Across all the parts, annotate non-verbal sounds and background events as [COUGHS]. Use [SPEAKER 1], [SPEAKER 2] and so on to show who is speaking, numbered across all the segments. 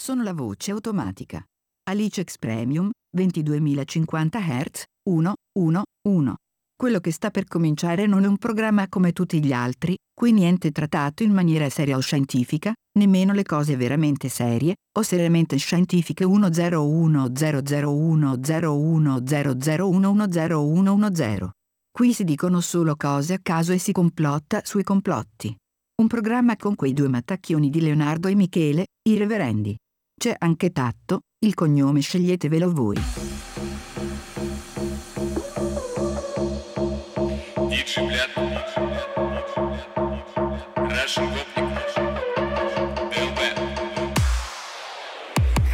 [SPEAKER 1] sono la voce automatica. Alice X Premium 22.050 Hz 111. Quello che sta per cominciare non è un programma come tutti gli altri, qui niente è trattato in maniera seria o scientifica, nemmeno le cose veramente serie o seriamente scientifiche 10100101010011010. Qui si dicono solo cose a caso e si complotta sui complotti. Un programma con quei due mattacchioni di Leonardo e Michele, i reverendi. C'è anche Tatto, il cognome sceglietevelo voi.
[SPEAKER 2] 10 лет. Russian гопник. ДЛБ.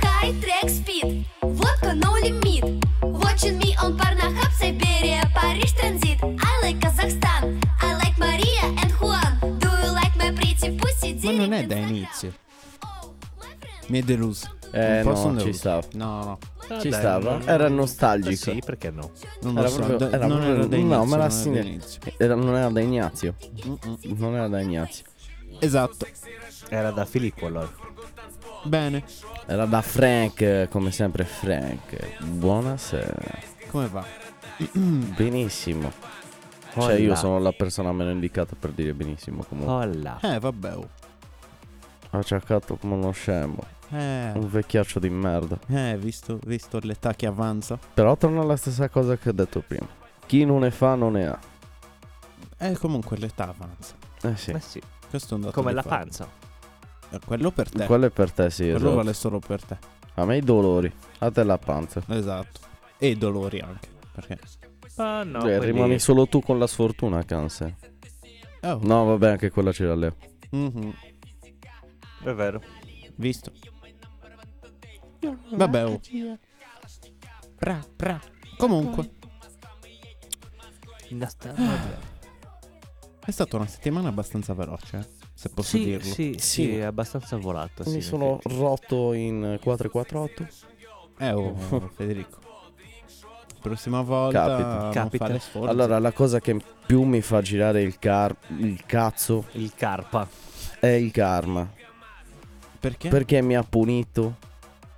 [SPEAKER 3] High track speed, водка no limit Watching me on Pornhub, Siberia, Paris transit I like Kazakhstan, I like Maria and Juan Do you like my pretty pussy?
[SPEAKER 4] Ma non è da
[SPEAKER 3] Instagram.
[SPEAKER 4] inizio.
[SPEAKER 3] Oh, my friend.
[SPEAKER 4] Mi è deluso.
[SPEAKER 5] Eh,
[SPEAKER 4] Un po' sono
[SPEAKER 5] no, ci
[SPEAKER 4] deluso.
[SPEAKER 5] stava.
[SPEAKER 4] No, no.
[SPEAKER 6] Ah,
[SPEAKER 5] Ci
[SPEAKER 6] dai,
[SPEAKER 5] stava.
[SPEAKER 6] no.
[SPEAKER 5] Era nostalgico.
[SPEAKER 6] Sì, perché no?
[SPEAKER 4] Ah, Non lo
[SPEAKER 5] Era
[SPEAKER 4] so.
[SPEAKER 5] proprio-
[SPEAKER 4] da-
[SPEAKER 5] era
[SPEAKER 4] non
[SPEAKER 5] proprio-
[SPEAKER 4] era da
[SPEAKER 5] no,
[SPEAKER 4] inizio.
[SPEAKER 5] ma la
[SPEAKER 4] non era
[SPEAKER 5] signora-
[SPEAKER 4] da inizio.
[SPEAKER 5] Era- non era da Ignazio. Non era da Ignazio.
[SPEAKER 4] Esatto.
[SPEAKER 6] Era da Filippo allora.
[SPEAKER 4] Bene.
[SPEAKER 5] Era da Frank, eh, come sempre Frank. Buonasera.
[SPEAKER 4] Come va?
[SPEAKER 5] Benissimo.
[SPEAKER 6] Olla.
[SPEAKER 5] Cioè io sono la persona meno indicata per dire benissimo comunque.
[SPEAKER 6] Olla.
[SPEAKER 4] Eh, vabbè. oh.
[SPEAKER 5] Ho cercato come uno scemo.
[SPEAKER 4] Eh,
[SPEAKER 5] Un vecchiaccio di merda.
[SPEAKER 4] eh visto, visto l'età che avanza.
[SPEAKER 5] Però torna alla stessa cosa che ho detto prima. Chi non ne fa non ne ha.
[SPEAKER 4] Eh, comunque l'età avanza.
[SPEAKER 5] Eh sì.
[SPEAKER 6] Ma sì,
[SPEAKER 4] Questo è un dato
[SPEAKER 6] come
[SPEAKER 4] di
[SPEAKER 6] la
[SPEAKER 4] fatto.
[SPEAKER 6] panza.
[SPEAKER 4] Eh, Quello per te.
[SPEAKER 5] Quello è per te, sì.
[SPEAKER 4] Quello
[SPEAKER 5] esatto.
[SPEAKER 4] vale solo per te.
[SPEAKER 5] A me i dolori. A te la panza.
[SPEAKER 4] Esatto. E i dolori anche. Perché?
[SPEAKER 6] Ma Ah, no,
[SPEAKER 5] Cioè,
[SPEAKER 6] quelli-
[SPEAKER 5] rimani solo tu con la sfortuna, Canse.
[SPEAKER 4] Oh.
[SPEAKER 5] No, vabbè, anche quella c'era Leo.
[SPEAKER 4] Mhm.
[SPEAKER 6] È vero.
[SPEAKER 4] Visto. Vabbè, oh. Pra, pra. Comunque, è stata una settimana abbastanza veloce, eh, se posso
[SPEAKER 6] Sì,
[SPEAKER 4] dirlo.
[SPEAKER 6] sì, sì,
[SPEAKER 5] Sì.
[SPEAKER 6] è abbastanza volato. sì,
[SPEAKER 5] Mi
[SPEAKER 6] in
[SPEAKER 5] sono
[SPEAKER 6] effetti.
[SPEAKER 5] rotto in 448.
[SPEAKER 4] Eh, oh, Federico. Prossima volta
[SPEAKER 5] Capita.
[SPEAKER 4] non
[SPEAKER 6] Capita.
[SPEAKER 4] fare sforzi.
[SPEAKER 5] Allora, la cosa che più mi fa girare il, car- il cazzo
[SPEAKER 6] Il carpa.
[SPEAKER 5] è il karma.
[SPEAKER 4] perché?
[SPEAKER 5] Perché mi ha punito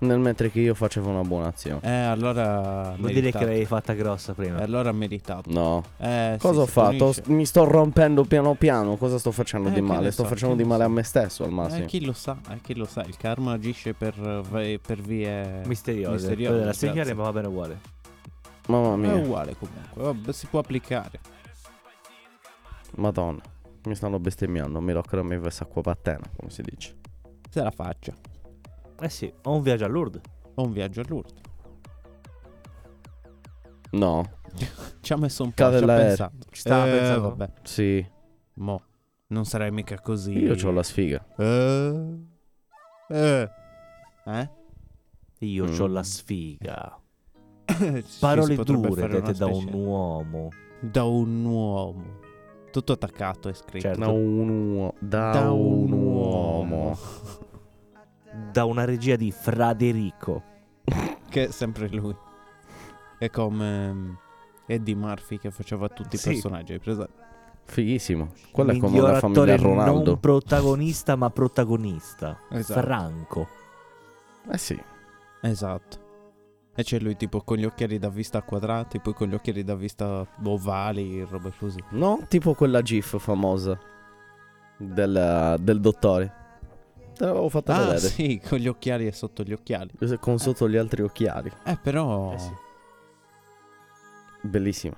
[SPEAKER 5] nel mentre che io facevo una buona azione.
[SPEAKER 4] Eh, allora
[SPEAKER 6] Vuol dire che
[SPEAKER 4] meritato.
[SPEAKER 6] l'avevi fatta grossa prima.
[SPEAKER 4] Eh, Allora meritato.
[SPEAKER 5] No.
[SPEAKER 4] Eh, sì,
[SPEAKER 5] Cosa ho
[SPEAKER 4] si
[SPEAKER 5] fatto?
[SPEAKER 4] punisce.
[SPEAKER 5] Mi sto rompendo piano piano. Cosa sto facendo
[SPEAKER 4] Eh,
[SPEAKER 5] di
[SPEAKER 4] che ne
[SPEAKER 5] male? Sto
[SPEAKER 4] so,
[SPEAKER 5] facendo
[SPEAKER 4] che
[SPEAKER 5] di
[SPEAKER 4] ne
[SPEAKER 5] male
[SPEAKER 4] so.
[SPEAKER 5] a me stesso al
[SPEAKER 4] Eh,
[SPEAKER 5] massimo.
[SPEAKER 4] chi lo sa, eh, chi lo sa, il karma agisce per, eh, per vie
[SPEAKER 6] Misterioso.
[SPEAKER 4] misteriose,
[SPEAKER 6] Misterioso. Della
[SPEAKER 4] grazie.
[SPEAKER 6] signora, ma va bene uguale.
[SPEAKER 5] Mamma
[SPEAKER 4] È
[SPEAKER 5] mia,
[SPEAKER 4] uguale comunque, vabbè, si può applicare.
[SPEAKER 5] madonna. Mi stanno bestemmiando. Mi roccano mi versa qua battena, come si dice.
[SPEAKER 4] Se la faccia.
[SPEAKER 6] Eh sì, ho un viaggio a Lourdes.
[SPEAKER 4] Ho un viaggio all'urto.
[SPEAKER 5] No,
[SPEAKER 4] Ci ha messo un po',
[SPEAKER 5] Cade
[SPEAKER 4] ci ha
[SPEAKER 5] l'aereo.
[SPEAKER 4] pensato.
[SPEAKER 6] Ci stava
[SPEAKER 4] Eh,
[SPEAKER 6] pensando.
[SPEAKER 4] vabbè.
[SPEAKER 5] sì.
[SPEAKER 4] Mo, non sarei mica così.
[SPEAKER 5] Io ho la sfiga.
[SPEAKER 4] Eh. Eh. Eh? [LAUGHS]
[SPEAKER 6] Io
[SPEAKER 5] Mm.
[SPEAKER 6] ho la sfiga.
[SPEAKER 4] Ci
[SPEAKER 6] Parole
[SPEAKER 4] si potrebbe
[SPEAKER 6] dure
[SPEAKER 4] fare una
[SPEAKER 6] dette da un
[SPEAKER 4] specie-
[SPEAKER 6] uomo.
[SPEAKER 4] da un uomo. Tutto attaccato è scritto.
[SPEAKER 6] Certo.
[SPEAKER 5] Da un, uo- da
[SPEAKER 4] Da un
[SPEAKER 5] un uomo.
[SPEAKER 4] uomo.
[SPEAKER 6] Da una regia di Fraderico.
[SPEAKER 4] [LAUGHS] Che è sempre lui. È come ehm, Eddie Murphy che faceva tutti i
[SPEAKER 6] Sì.
[SPEAKER 4] personaggi. hai presente?
[SPEAKER 5] Fighissimo. Quella è come
[SPEAKER 6] Miglior
[SPEAKER 5] una famiglia
[SPEAKER 6] attore
[SPEAKER 5] Ronaldo.
[SPEAKER 6] Non protagonista, ma protagonista.
[SPEAKER 4] Esatto.
[SPEAKER 6] Franco.
[SPEAKER 5] Eh sì.
[SPEAKER 4] Esatto. E c'è lui tipo con gli occhiali da vista quadrati, poi con gli occhiali da vista ovali, roba così.
[SPEAKER 5] No, tipo quella GIF famosa del, del dottore. Te l'avevo fatta
[SPEAKER 4] Ah
[SPEAKER 5] vedere. Cioè,
[SPEAKER 4] sì, con gli occhiali e sotto gli occhiali.
[SPEAKER 5] Con sotto gli altri occhiali.
[SPEAKER 4] Eh però...
[SPEAKER 6] Eh sì.
[SPEAKER 5] Bellissimo.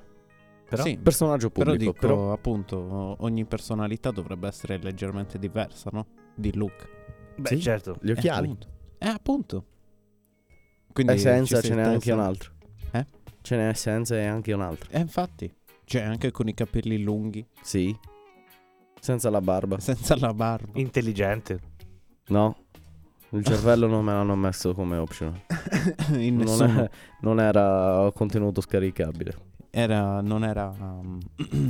[SPEAKER 6] Però?
[SPEAKER 4] Sì,
[SPEAKER 5] Personaggio
[SPEAKER 4] però
[SPEAKER 5] pubblico.
[SPEAKER 4] dico
[SPEAKER 5] Però,
[SPEAKER 4] appunto o- ogni personalità dovrebbe essere leggermente diversa, no? Di look.
[SPEAKER 6] Beh,
[SPEAKER 5] Sì.
[SPEAKER 6] certo.
[SPEAKER 5] gli
[SPEAKER 4] Eh,
[SPEAKER 5] occhiali.
[SPEAKER 4] appunto. Eh, appunto. Quindi
[SPEAKER 5] E Eh, senza
[SPEAKER 4] ci sei
[SPEAKER 5] ce n'è anche
[SPEAKER 4] interessato.
[SPEAKER 5] un altro.
[SPEAKER 4] Eh?
[SPEAKER 5] Ce n'è senza e anche un altro.
[SPEAKER 4] Eh, infatti. Cioè, anche con i capelli lunghi,
[SPEAKER 5] Sì. Senza la barba.
[SPEAKER 4] senza la barba. [LAUGHS]
[SPEAKER 6] Intelligente.
[SPEAKER 5] No. Il cervello non me l'hanno messo come optional.
[SPEAKER 4] In
[SPEAKER 5] Non,
[SPEAKER 4] nessuno.
[SPEAKER 5] è- non era contenuto scaricabile.
[SPEAKER 4] Era, non era... um,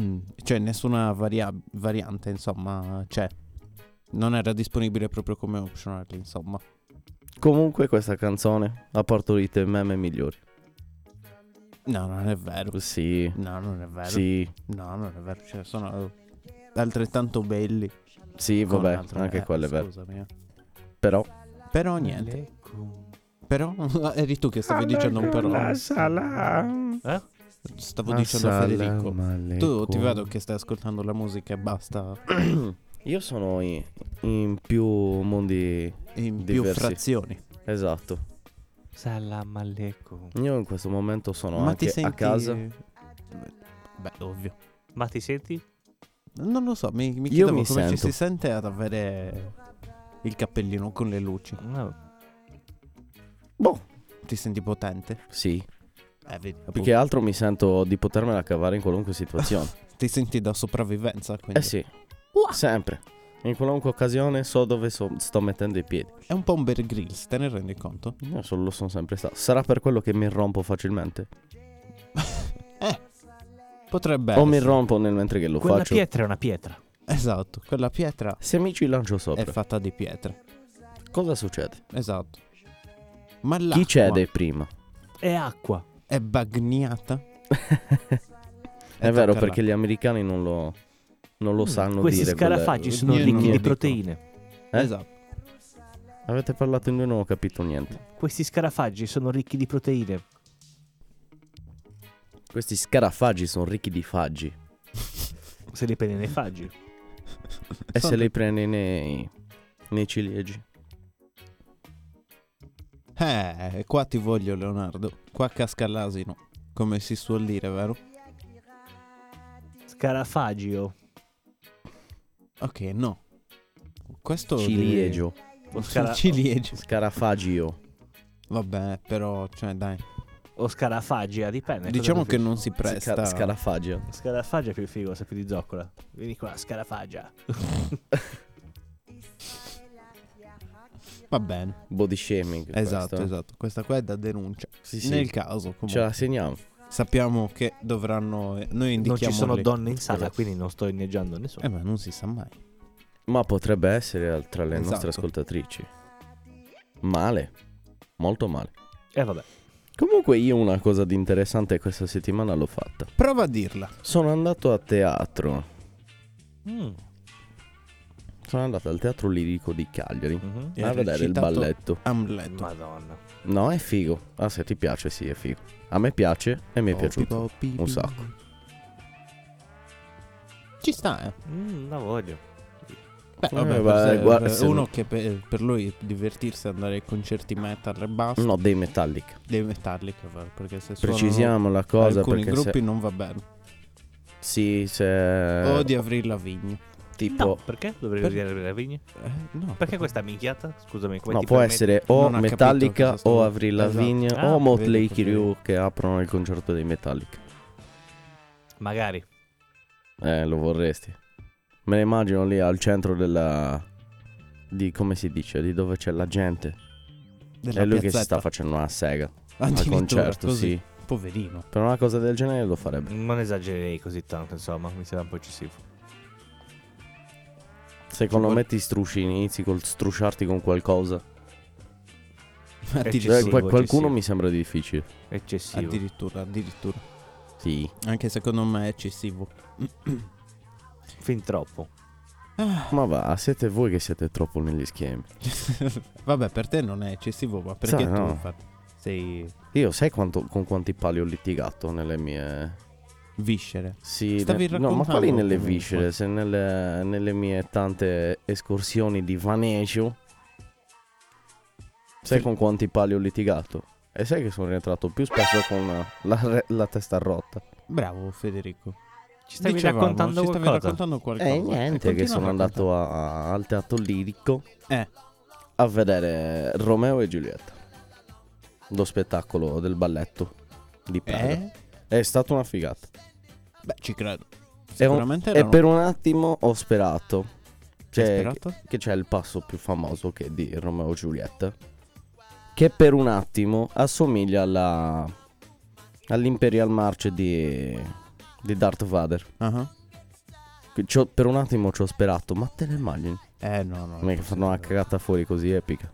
[SPEAKER 4] [CLEARS THROAT] cioè, nessuna varia- variante, insomma, cioè... Non era disponibile proprio come optional, insomma.
[SPEAKER 5] Comunque questa canzone ha partorito i meme migliori.
[SPEAKER 4] No, non è vero.
[SPEAKER 5] Sì.
[SPEAKER 4] No, non è vero.
[SPEAKER 5] Sì.
[SPEAKER 4] No, non è vero. Cioè, sono eh, altrettanto belli.
[SPEAKER 5] Sì,
[SPEAKER 4] con
[SPEAKER 5] vabbè,
[SPEAKER 4] altre-
[SPEAKER 5] anche
[SPEAKER 4] eh,
[SPEAKER 5] quello è vero.
[SPEAKER 4] Scusami. eh.
[SPEAKER 5] Però
[SPEAKER 4] Però niente. Però [LAUGHS] eri tu che stavi
[SPEAKER 6] Cioè,
[SPEAKER 4] dicendo un però.
[SPEAKER 6] Eh?
[SPEAKER 4] Stavo dicendo a Federico. Tu ti vedo che stai ascoltando la musica e basta.
[SPEAKER 5] Io sono in, in più mondi.
[SPEAKER 4] In più
[SPEAKER 5] Diversi.
[SPEAKER 4] frazioni.
[SPEAKER 5] Esatto.
[SPEAKER 6] Salam alaikum.
[SPEAKER 5] Io in questo momento sono
[SPEAKER 4] Ma
[SPEAKER 5] anche
[SPEAKER 4] ti senti
[SPEAKER 5] a casa.
[SPEAKER 4] Beh, ovvio.
[SPEAKER 6] Ma ti senti?
[SPEAKER 4] Non lo so, mi, mi
[SPEAKER 5] Io
[SPEAKER 4] chiedevo
[SPEAKER 5] mi
[SPEAKER 4] come ci
[SPEAKER 5] sento.
[SPEAKER 4] si sente ad avere il cappellino con le luci.
[SPEAKER 6] No.
[SPEAKER 5] Boh.
[SPEAKER 4] Ti senti potente?
[SPEAKER 5] Sì.
[SPEAKER 4] Eh, vedi,
[SPEAKER 5] Più che altro mi sento di potermela cavare in
[SPEAKER 4] [LAUGHS]
[SPEAKER 5] qualunque situazione.
[SPEAKER 4] appunto. Ti senti da sopravvivenza, quindi.
[SPEAKER 5] eh sì. Sempre. In qualunque occasione so dove so- sto mettendo i piedi.
[SPEAKER 4] È un po' un Bear Grylls, te ne rendi conto?
[SPEAKER 5] Io Eh, so- lo sono sempre stato. Sarà per quello che mi rompo facilmente.
[SPEAKER 4] Potrebbe
[SPEAKER 5] o mi
[SPEAKER 4] essere.
[SPEAKER 5] rompo nel mentre che lo
[SPEAKER 6] Quella
[SPEAKER 5] faccio.
[SPEAKER 6] pietra è una pietra.
[SPEAKER 4] Esatto, quella pietra
[SPEAKER 5] Se mi ci lancio
[SPEAKER 4] è
[SPEAKER 5] sopra,
[SPEAKER 4] fatta di pietre.
[SPEAKER 5] cosa succede?
[SPEAKER 4] Esatto. Ma l'acqua
[SPEAKER 5] Chi cede prima?
[SPEAKER 6] È acqua.
[SPEAKER 4] è bagnata?
[SPEAKER 5] [LAUGHS] È vero, perché gli americani non lo, non lo sanno
[SPEAKER 6] Mm, Questi
[SPEAKER 5] dire. quelle-
[SPEAKER 6] scarafaggi sono
[SPEAKER 4] io non
[SPEAKER 6] ricchi
[SPEAKER 4] lo
[SPEAKER 6] di
[SPEAKER 4] dico.
[SPEAKER 6] proteine.
[SPEAKER 5] eh?
[SPEAKER 4] Esatto.
[SPEAKER 5] Avete parlato in due, non ho capito niente.
[SPEAKER 6] Questi scarafaggi sono ricchi di proteine.
[SPEAKER 5] Questi scarafaggi sono ricchi di faggi.
[SPEAKER 6] Se li prendi nei faggi.
[SPEAKER 5] [LAUGHS] E
[SPEAKER 4] Sono-
[SPEAKER 5] se li prendi nei, nei ciliegi?
[SPEAKER 4] Eh, qua ti voglio Leonardo. Qua casca l'asino, come si suol dire, vero?
[SPEAKER 6] Scarafagio.
[SPEAKER 4] Ok, no. Questo [LAUGHS]
[SPEAKER 5] Ciliegio. oh.
[SPEAKER 6] O,
[SPEAKER 4] Deve...
[SPEAKER 6] scara-
[SPEAKER 4] Ciliegio.
[SPEAKER 5] Scarafagio.
[SPEAKER 4] Vabbè, però, cioè, dai.
[SPEAKER 6] o scarafagia, dipende. cosa
[SPEAKER 4] Diciamo che
[SPEAKER 6] preferisci.
[SPEAKER 4] non si presta.
[SPEAKER 5] Sca- scarafagio.
[SPEAKER 6] Scarafagia è più figo, sa più di zoccola. Vieni qua, scarafagia.
[SPEAKER 4] Va bene.
[SPEAKER 5] Body shaming.
[SPEAKER 4] Esatto,
[SPEAKER 5] questo.
[SPEAKER 4] esatto. Questa qua è da denuncia.
[SPEAKER 5] Sì, Cioè, sì.
[SPEAKER 4] Nel caso,
[SPEAKER 5] Ce
[SPEAKER 4] comunque,
[SPEAKER 5] la segniamo.
[SPEAKER 4] sappiamo che dovranno. eh, Noi
[SPEAKER 6] Non
[SPEAKER 4] indichiamo.
[SPEAKER 6] ci sono
[SPEAKER 4] le-
[SPEAKER 6] donne in sala,
[SPEAKER 5] Corretto.
[SPEAKER 6] quindi non sto inneggiando nessuno.
[SPEAKER 4] Eh, ma non si sa mai.
[SPEAKER 5] Ma potrebbe essere al- tra le
[SPEAKER 4] Esatto.
[SPEAKER 5] nostre ascoltatrici. Male. Molto male.
[SPEAKER 4] Eh.
[SPEAKER 6] E Eh, vabbè.
[SPEAKER 5] Comunque io una cosa di interessante questa settimana l'ho fatta.
[SPEAKER 4] Prova a dirla.
[SPEAKER 5] Sono andato a teatro.
[SPEAKER 6] Mm.
[SPEAKER 5] Sono andato al teatro lirico di Cagliari.
[SPEAKER 6] Mhm.
[SPEAKER 4] E
[SPEAKER 5] a
[SPEAKER 4] hai
[SPEAKER 5] vedere il
[SPEAKER 4] recitato
[SPEAKER 5] balletto.
[SPEAKER 4] Hamlet.
[SPEAKER 6] Madonna.
[SPEAKER 5] No, è figo. Ah, se ti piace, sì, è figo. A me piace e
[SPEAKER 4] Oh,
[SPEAKER 5] mi è piaciuto. un sacco.
[SPEAKER 4] Ci sta, eh.
[SPEAKER 6] Mm, la voglio.
[SPEAKER 4] Beh,
[SPEAKER 5] Eh,
[SPEAKER 4] vabbè,
[SPEAKER 5] beh,
[SPEAKER 4] per-
[SPEAKER 5] guarda,
[SPEAKER 4] per
[SPEAKER 5] se
[SPEAKER 4] uno
[SPEAKER 5] no-
[SPEAKER 4] che per, per lui divertirsi ad andare ai concerti metal e basta,
[SPEAKER 5] No, dei Metallica.
[SPEAKER 4] dei metallica, va, perché se suonano
[SPEAKER 5] Mm. Precisiamo la cosa
[SPEAKER 4] alcuni
[SPEAKER 5] perché se-
[SPEAKER 4] gruppi non va bene.
[SPEAKER 5] Sì, se...
[SPEAKER 4] o di Avril Lavigne.
[SPEAKER 5] Tipo...
[SPEAKER 6] No, perché dovrei
[SPEAKER 4] Per-
[SPEAKER 6] dire le vigne?
[SPEAKER 4] Eh, no,
[SPEAKER 6] Perché questa minchiata? Scusami, come
[SPEAKER 5] No,
[SPEAKER 6] ti
[SPEAKER 5] può
[SPEAKER 6] permetti?
[SPEAKER 5] essere o
[SPEAKER 4] Non ha capito
[SPEAKER 5] Metallica
[SPEAKER 4] cosa sto-
[SPEAKER 5] o Avril Lavigne
[SPEAKER 6] Esatto. Ah,
[SPEAKER 5] o Motley
[SPEAKER 4] vedi,
[SPEAKER 5] Crue che aprono il concerto dei Metallica.
[SPEAKER 6] Magari.
[SPEAKER 5] Eh, lo vorresti. Me ne immagino lì al centro della... di come si dice, di dove c'è la gente.
[SPEAKER 4] Della
[SPEAKER 5] è lui che si
[SPEAKER 4] piazzetta.
[SPEAKER 5] sta facendo una sega al
[SPEAKER 4] Addirittura,
[SPEAKER 5] concerto,
[SPEAKER 4] così.
[SPEAKER 5] sì.
[SPEAKER 4] Poverino.
[SPEAKER 5] Per una cosa del genere lo farebbe.
[SPEAKER 6] Non esagererei così tanto, insomma, mi sembra un po' eccessivo.
[SPEAKER 5] Secondo
[SPEAKER 4] Ci
[SPEAKER 5] me ti struscini, inizi col strusciarti con qualcosa.
[SPEAKER 4] Addirittura,
[SPEAKER 5] Cioè,
[SPEAKER 6] Sì,
[SPEAKER 5] qual-
[SPEAKER 6] voce,
[SPEAKER 5] qualcuno
[SPEAKER 6] sì.
[SPEAKER 5] mi sembra difficile.
[SPEAKER 6] Eccessivo.
[SPEAKER 4] addirittura, addirittura.
[SPEAKER 5] Sì.
[SPEAKER 4] Anche secondo me è eccessivo. [CLEARS THROAT]
[SPEAKER 6] Fin troppo.
[SPEAKER 5] Ma va, siete voi che siete troppo negli schemi.
[SPEAKER 4] Vabbè, per te non è eccessivo, ma perché
[SPEAKER 5] Sa,
[SPEAKER 4] tu
[SPEAKER 5] no.
[SPEAKER 4] infatti sei
[SPEAKER 5] Io sai quanto- con quanti pali ho litigato nelle mie...
[SPEAKER 4] viscere.
[SPEAKER 5] Sì,
[SPEAKER 4] Stavi
[SPEAKER 5] ne- no, ma
[SPEAKER 4] raccontando
[SPEAKER 5] quali nelle
[SPEAKER 4] comunque.
[SPEAKER 5] viscere? Se nelle, nelle mie tante escursioni di Vanecio, sai
[SPEAKER 4] Sì.
[SPEAKER 5] con quanti pali ho litigato? E sai che sono rientrato più spesso con la, re- la testa rotta.
[SPEAKER 4] Bravo Federico.
[SPEAKER 6] Ci stavi
[SPEAKER 4] Dicevamo,
[SPEAKER 6] raccontando
[SPEAKER 4] ci stavi
[SPEAKER 6] qualcosa?
[SPEAKER 4] raccontando qualcosa. Eh,
[SPEAKER 5] E Eh, niente, che
[SPEAKER 4] continua
[SPEAKER 5] sono
[SPEAKER 4] a raccontare.
[SPEAKER 5] andato a- al teatro lirico
[SPEAKER 4] Eh.
[SPEAKER 5] a vedere Romeo e Giulietta, lo spettacolo del balletto di Praga.
[SPEAKER 4] Eh?
[SPEAKER 5] È stata una figata.
[SPEAKER 4] Beh, ci credo.
[SPEAKER 5] È un-
[SPEAKER 4] Sicuramente
[SPEAKER 5] E
[SPEAKER 4] erano-
[SPEAKER 5] per un attimo ho sperato. Cioè,
[SPEAKER 4] Hai sperato?
[SPEAKER 5] che c'è il passo più famoso che è di Romeo e Giulietta. Che per un attimo assomiglia alla, all'Imperial March di, di Darth Vader.
[SPEAKER 4] Ah,
[SPEAKER 5] Che ci ho- per un attimo ci ho sperato, ma te ne immagini?
[SPEAKER 4] Eh no, no.
[SPEAKER 5] Come che fanno una cagata fuori così epica.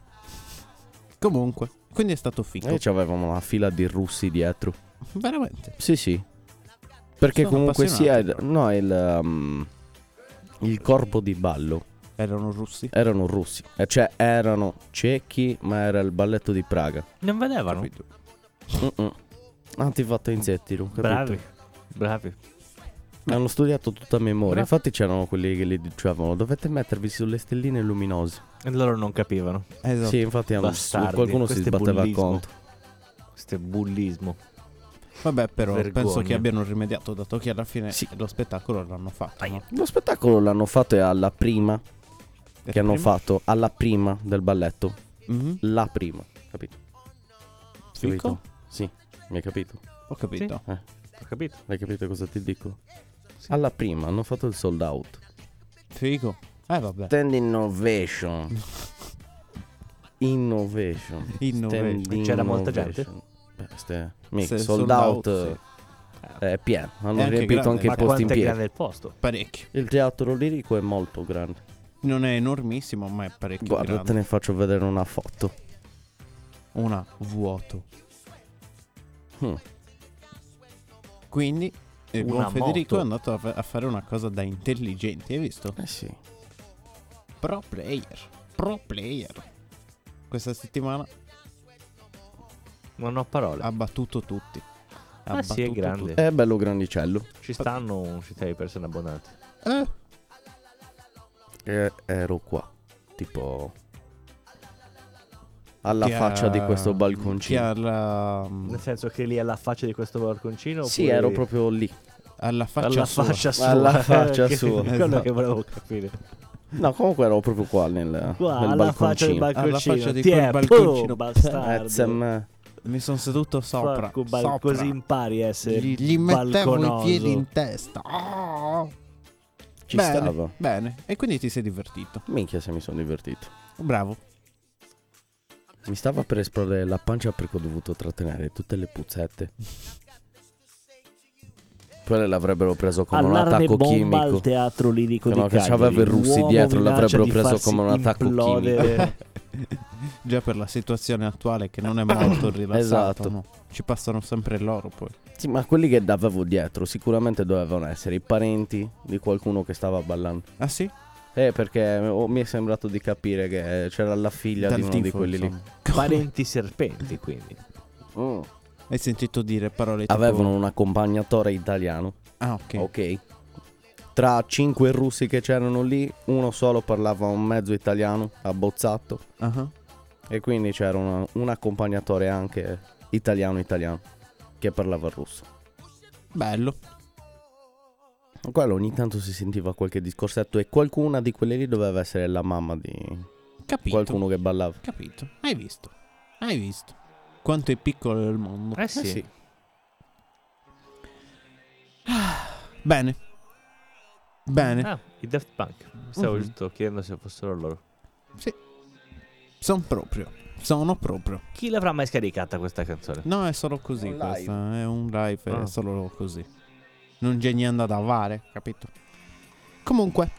[SPEAKER 4] Comunque, quindi è stato figo.
[SPEAKER 5] E c'avevamo una fila di russi dietro.
[SPEAKER 4] Veramente.
[SPEAKER 5] Sì, sì. Perché
[SPEAKER 4] Sono
[SPEAKER 5] comunque sia.
[SPEAKER 4] appassionati,
[SPEAKER 5] il- no, il, um, il corpo di ballo
[SPEAKER 4] Erano russi.
[SPEAKER 5] Erano russi, eh, cioè erano ciechi, ma era il balletto di Praga.
[SPEAKER 6] Non vedevano.
[SPEAKER 4] Capito?
[SPEAKER 5] Mm-mm. Ah, Antifatta insetti, non capito?
[SPEAKER 6] Bravi. Bravi.
[SPEAKER 5] Ma Hanno studiato tutta a memoria.
[SPEAKER 6] Bravi.
[SPEAKER 5] Infatti c'erano quelli che li dicevano: dovete mettervi sulle stelline luminose.
[SPEAKER 6] E loro non capivano.
[SPEAKER 4] Esatto.
[SPEAKER 5] Sì, infatti hanno-
[SPEAKER 6] Bastardi.
[SPEAKER 5] qualcuno si
[SPEAKER 6] Questo è
[SPEAKER 5] sbatteva
[SPEAKER 6] bullismo.
[SPEAKER 5] contro.
[SPEAKER 6] Questo è bullismo.
[SPEAKER 4] Vabbè, però penso
[SPEAKER 6] Vergogna.
[SPEAKER 4] che abbiano rimediato, dato che alla fine
[SPEAKER 5] Sì.
[SPEAKER 4] lo spettacolo l'hanno fatto. no?
[SPEAKER 5] Lo spettacolo l'hanno fatto è alla prima
[SPEAKER 4] E
[SPEAKER 5] che hanno Mm-hmm.
[SPEAKER 4] prima-
[SPEAKER 5] fatto, alla prima del balletto.
[SPEAKER 4] Mhm.
[SPEAKER 5] La prima, capito?
[SPEAKER 4] Fico?
[SPEAKER 5] Capito? Sì, mi hai capito?
[SPEAKER 4] Ho capito.
[SPEAKER 6] Ho capito?
[SPEAKER 5] Hai capito cosa ti dico?
[SPEAKER 6] Sì.
[SPEAKER 5] Alla prima hanno fatto il sold out.
[SPEAKER 4] Fico. Eh vabbè.
[SPEAKER 5] Stand innovation. Innovation.
[SPEAKER 4] Innovation.
[SPEAKER 5] Stand
[SPEAKER 6] C'era molta
[SPEAKER 5] innovation. Beh, ste- mica,
[SPEAKER 4] Se-
[SPEAKER 5] sold,
[SPEAKER 4] sold
[SPEAKER 5] out,
[SPEAKER 4] out,
[SPEAKER 5] eh, è pieno. Hanno
[SPEAKER 4] È anche
[SPEAKER 5] riempito
[SPEAKER 4] grande.
[SPEAKER 5] anche
[SPEAKER 4] Che
[SPEAKER 5] i
[SPEAKER 6] Ma
[SPEAKER 5] posti
[SPEAKER 6] quanto
[SPEAKER 5] in
[SPEAKER 6] è
[SPEAKER 5] piedi.
[SPEAKER 6] grande il posto?
[SPEAKER 4] Parecchio.
[SPEAKER 5] Il teatro lirico è molto grande.
[SPEAKER 4] Non è enormissimo, ma è parecchio
[SPEAKER 5] Guarda, te
[SPEAKER 4] grande.
[SPEAKER 5] ne faccio vedere una foto.
[SPEAKER 4] Una vuoto.
[SPEAKER 5] Hmm.
[SPEAKER 4] Quindi il
[SPEAKER 6] Una
[SPEAKER 4] buon
[SPEAKER 6] moto.
[SPEAKER 4] Federico è andato a, fa- a fare una cosa da intelligenti, hai visto?
[SPEAKER 5] Eh sì.
[SPEAKER 4] Pro player. Pro player. Questa settimana
[SPEAKER 6] Non ho parole.
[SPEAKER 5] Ah,
[SPEAKER 4] ha battuto tutti. Ha
[SPEAKER 6] Ah, sì, è
[SPEAKER 4] battuto
[SPEAKER 6] grande.
[SPEAKER 5] È bello grandicello.
[SPEAKER 6] Ci stanno città di persone abbonate.
[SPEAKER 4] tutti. Eh,
[SPEAKER 5] E ero qua. Tipo... Alla
[SPEAKER 4] che
[SPEAKER 5] faccia
[SPEAKER 4] ha-
[SPEAKER 5] di questo
[SPEAKER 4] che
[SPEAKER 5] balconcino.
[SPEAKER 4] ha la-
[SPEAKER 6] Nel senso che lì è alla faccia di questo balconcino?
[SPEAKER 5] Mm. Sì,
[SPEAKER 6] oppure-
[SPEAKER 5] ero proprio lì.
[SPEAKER 4] alla faccia
[SPEAKER 6] alla
[SPEAKER 4] sua.
[SPEAKER 6] faccia sua.
[SPEAKER 5] Alla
[SPEAKER 6] [LAUGHS]
[SPEAKER 5] faccia
[SPEAKER 6] Che-
[SPEAKER 5] sua,
[SPEAKER 6] quello
[SPEAKER 4] esatto.
[SPEAKER 6] che volevo capire.
[SPEAKER 5] No, comunque ero proprio qua nel,
[SPEAKER 6] Qua,
[SPEAKER 5] nel
[SPEAKER 6] alla faccia del
[SPEAKER 5] balconcino.
[SPEAKER 6] balconcino.
[SPEAKER 4] Alla faccia di
[SPEAKER 6] Ti
[SPEAKER 4] quel
[SPEAKER 6] è,
[SPEAKER 4] balconcino.
[SPEAKER 6] boh,
[SPEAKER 5] Pezzo e
[SPEAKER 6] bastardo.
[SPEAKER 5] me.
[SPEAKER 4] Mi sono seduto sopra.
[SPEAKER 6] Porco bal-
[SPEAKER 4] sopra.
[SPEAKER 6] Così impari a essere
[SPEAKER 4] Gli, gli mettevo
[SPEAKER 6] balconoso.
[SPEAKER 4] i piedi in testa. Ah!
[SPEAKER 5] Ci
[SPEAKER 4] Bene.
[SPEAKER 5] stava.
[SPEAKER 4] Bene, e quindi ti sei divertito.
[SPEAKER 5] Minchia se mi sono divertito.
[SPEAKER 4] Bravo.
[SPEAKER 5] Mi stava per esplodere la pancia perché ho dovuto trattenere tutte le puzzette. Quelle l'avrebbero preso come un
[SPEAKER 6] Allarme
[SPEAKER 5] attacco
[SPEAKER 6] bomba
[SPEAKER 5] chimico.
[SPEAKER 6] al teatro lirico
[SPEAKER 5] Che
[SPEAKER 6] di
[SPEAKER 5] no, che
[SPEAKER 6] Cagliari.
[SPEAKER 5] c'aveva i russi
[SPEAKER 6] Uomo
[SPEAKER 5] dietro,
[SPEAKER 6] minaccia
[SPEAKER 5] l'avrebbero
[SPEAKER 6] di
[SPEAKER 5] preso
[SPEAKER 6] farsi
[SPEAKER 5] come un attacco
[SPEAKER 6] implodere.
[SPEAKER 5] [LAUGHS]
[SPEAKER 4] Già per la situazione attuale che non è
[SPEAKER 5] [COUGHS]
[SPEAKER 4] molto rilassata.
[SPEAKER 5] Esatto.
[SPEAKER 4] no? Ci passano sempre loro poi.
[SPEAKER 5] Sì, ma quelli che avevo dietro sicuramente dovevano essere i parenti di qualcuno che stava ballando.
[SPEAKER 4] Ah sì?
[SPEAKER 5] Eh, perché oh, mi è sembrato di capire che c'era la figlia di
[SPEAKER 4] Dal
[SPEAKER 5] uno di
[SPEAKER 4] tifo,
[SPEAKER 5] quelli lì.
[SPEAKER 4] insomma.
[SPEAKER 6] Parenti serpenti, quindi.
[SPEAKER 5] Mm.
[SPEAKER 4] Hai sentito dire parole tipo...
[SPEAKER 5] Avevano un Oh. accompagnatore italiano.
[SPEAKER 4] Ah ok.
[SPEAKER 5] Ok. Tra cinque russi che c'erano lì, uno solo parlava un mezzo italiano, abbozzato.
[SPEAKER 4] Ah,
[SPEAKER 5] E quindi c'era una- un accompagnatore anche italiano-italiano che parlava il russo.
[SPEAKER 4] Bello.
[SPEAKER 5] Quello ogni tanto si sentiva qualche discorsetto e qualcuna di quelle lì doveva essere la mamma di
[SPEAKER 4] Capito.
[SPEAKER 5] qualcuno che ballava.
[SPEAKER 4] Eh Capito. Hai visto. Hai visto. Quanto è piccolo il mondo.
[SPEAKER 6] Eh sì.
[SPEAKER 4] Bene. Bene.
[SPEAKER 6] Ah, i Daft Punk. Stavo
[SPEAKER 4] Mhm.
[SPEAKER 6] giusto chiedendo se fossero loro.
[SPEAKER 4] Sono proprio. Sono proprio.
[SPEAKER 6] Chi l'avrà mai scaricata questa canzone?
[SPEAKER 4] No, è solo così.
[SPEAKER 5] Un live.
[SPEAKER 4] Questa. È un live,
[SPEAKER 6] Ah.
[SPEAKER 4] è solo così. Non c'è niente da fare, capito? Comunque,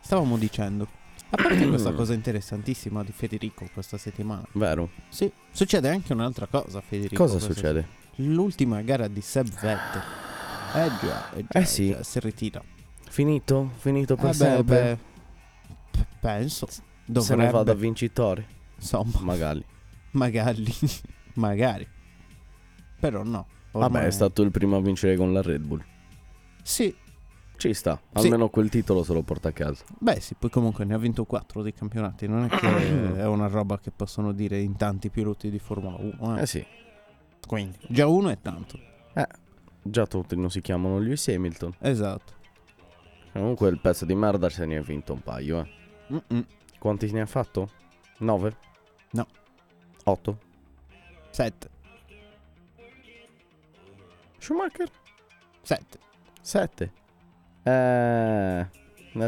[SPEAKER 4] stavamo dicendo. A parte
[SPEAKER 5] [CLEARS THROAT]
[SPEAKER 4] questa cosa interessantissima di Federico questa settimana.
[SPEAKER 5] Vero?
[SPEAKER 4] Sì, succede anche un'altra cosa, Federico.
[SPEAKER 5] Cosa
[SPEAKER 4] questa
[SPEAKER 5] succede?
[SPEAKER 4] se- L'ultima gara di Seb Vettel. Eh già, eh già,
[SPEAKER 5] Eh sì.
[SPEAKER 4] già, si ritira.
[SPEAKER 5] Finito? Finito per
[SPEAKER 4] Eh beh,
[SPEAKER 5] sempre?
[SPEAKER 4] beh, p- penso.
[SPEAKER 5] Se ne va da
[SPEAKER 4] Dovrebbe,
[SPEAKER 5] vincitore,
[SPEAKER 4] insomma. [LAUGHS]
[SPEAKER 5] magari.
[SPEAKER 4] Magari, magari. Però no.
[SPEAKER 5] Vabbè, Ah, è stato il primo a vincere con la Red Bull.
[SPEAKER 4] Sì,
[SPEAKER 5] Ci sta,
[SPEAKER 4] Sì.
[SPEAKER 5] almeno quel titolo se lo porta a casa.
[SPEAKER 4] beh sì, poi comunque ne ha vinto 4 di campionati, non è che è una roba che possono dire in tanti piloti di Formula 1. eh.
[SPEAKER 5] Eh sì,
[SPEAKER 4] Quindi, già uno è tanto.
[SPEAKER 5] già tutti non si chiamano Lewis Hamilton.
[SPEAKER 4] Esatto.
[SPEAKER 5] Comunque il pezzo di merda se ne ha vinto un paio, eh.
[SPEAKER 4] Mm-mm.
[SPEAKER 5] Quanti ne ha fatto? 9?
[SPEAKER 4] No.
[SPEAKER 5] 8?
[SPEAKER 4] Sette,
[SPEAKER 5] Schumacher?
[SPEAKER 4] sette.
[SPEAKER 5] 7. Eh, ne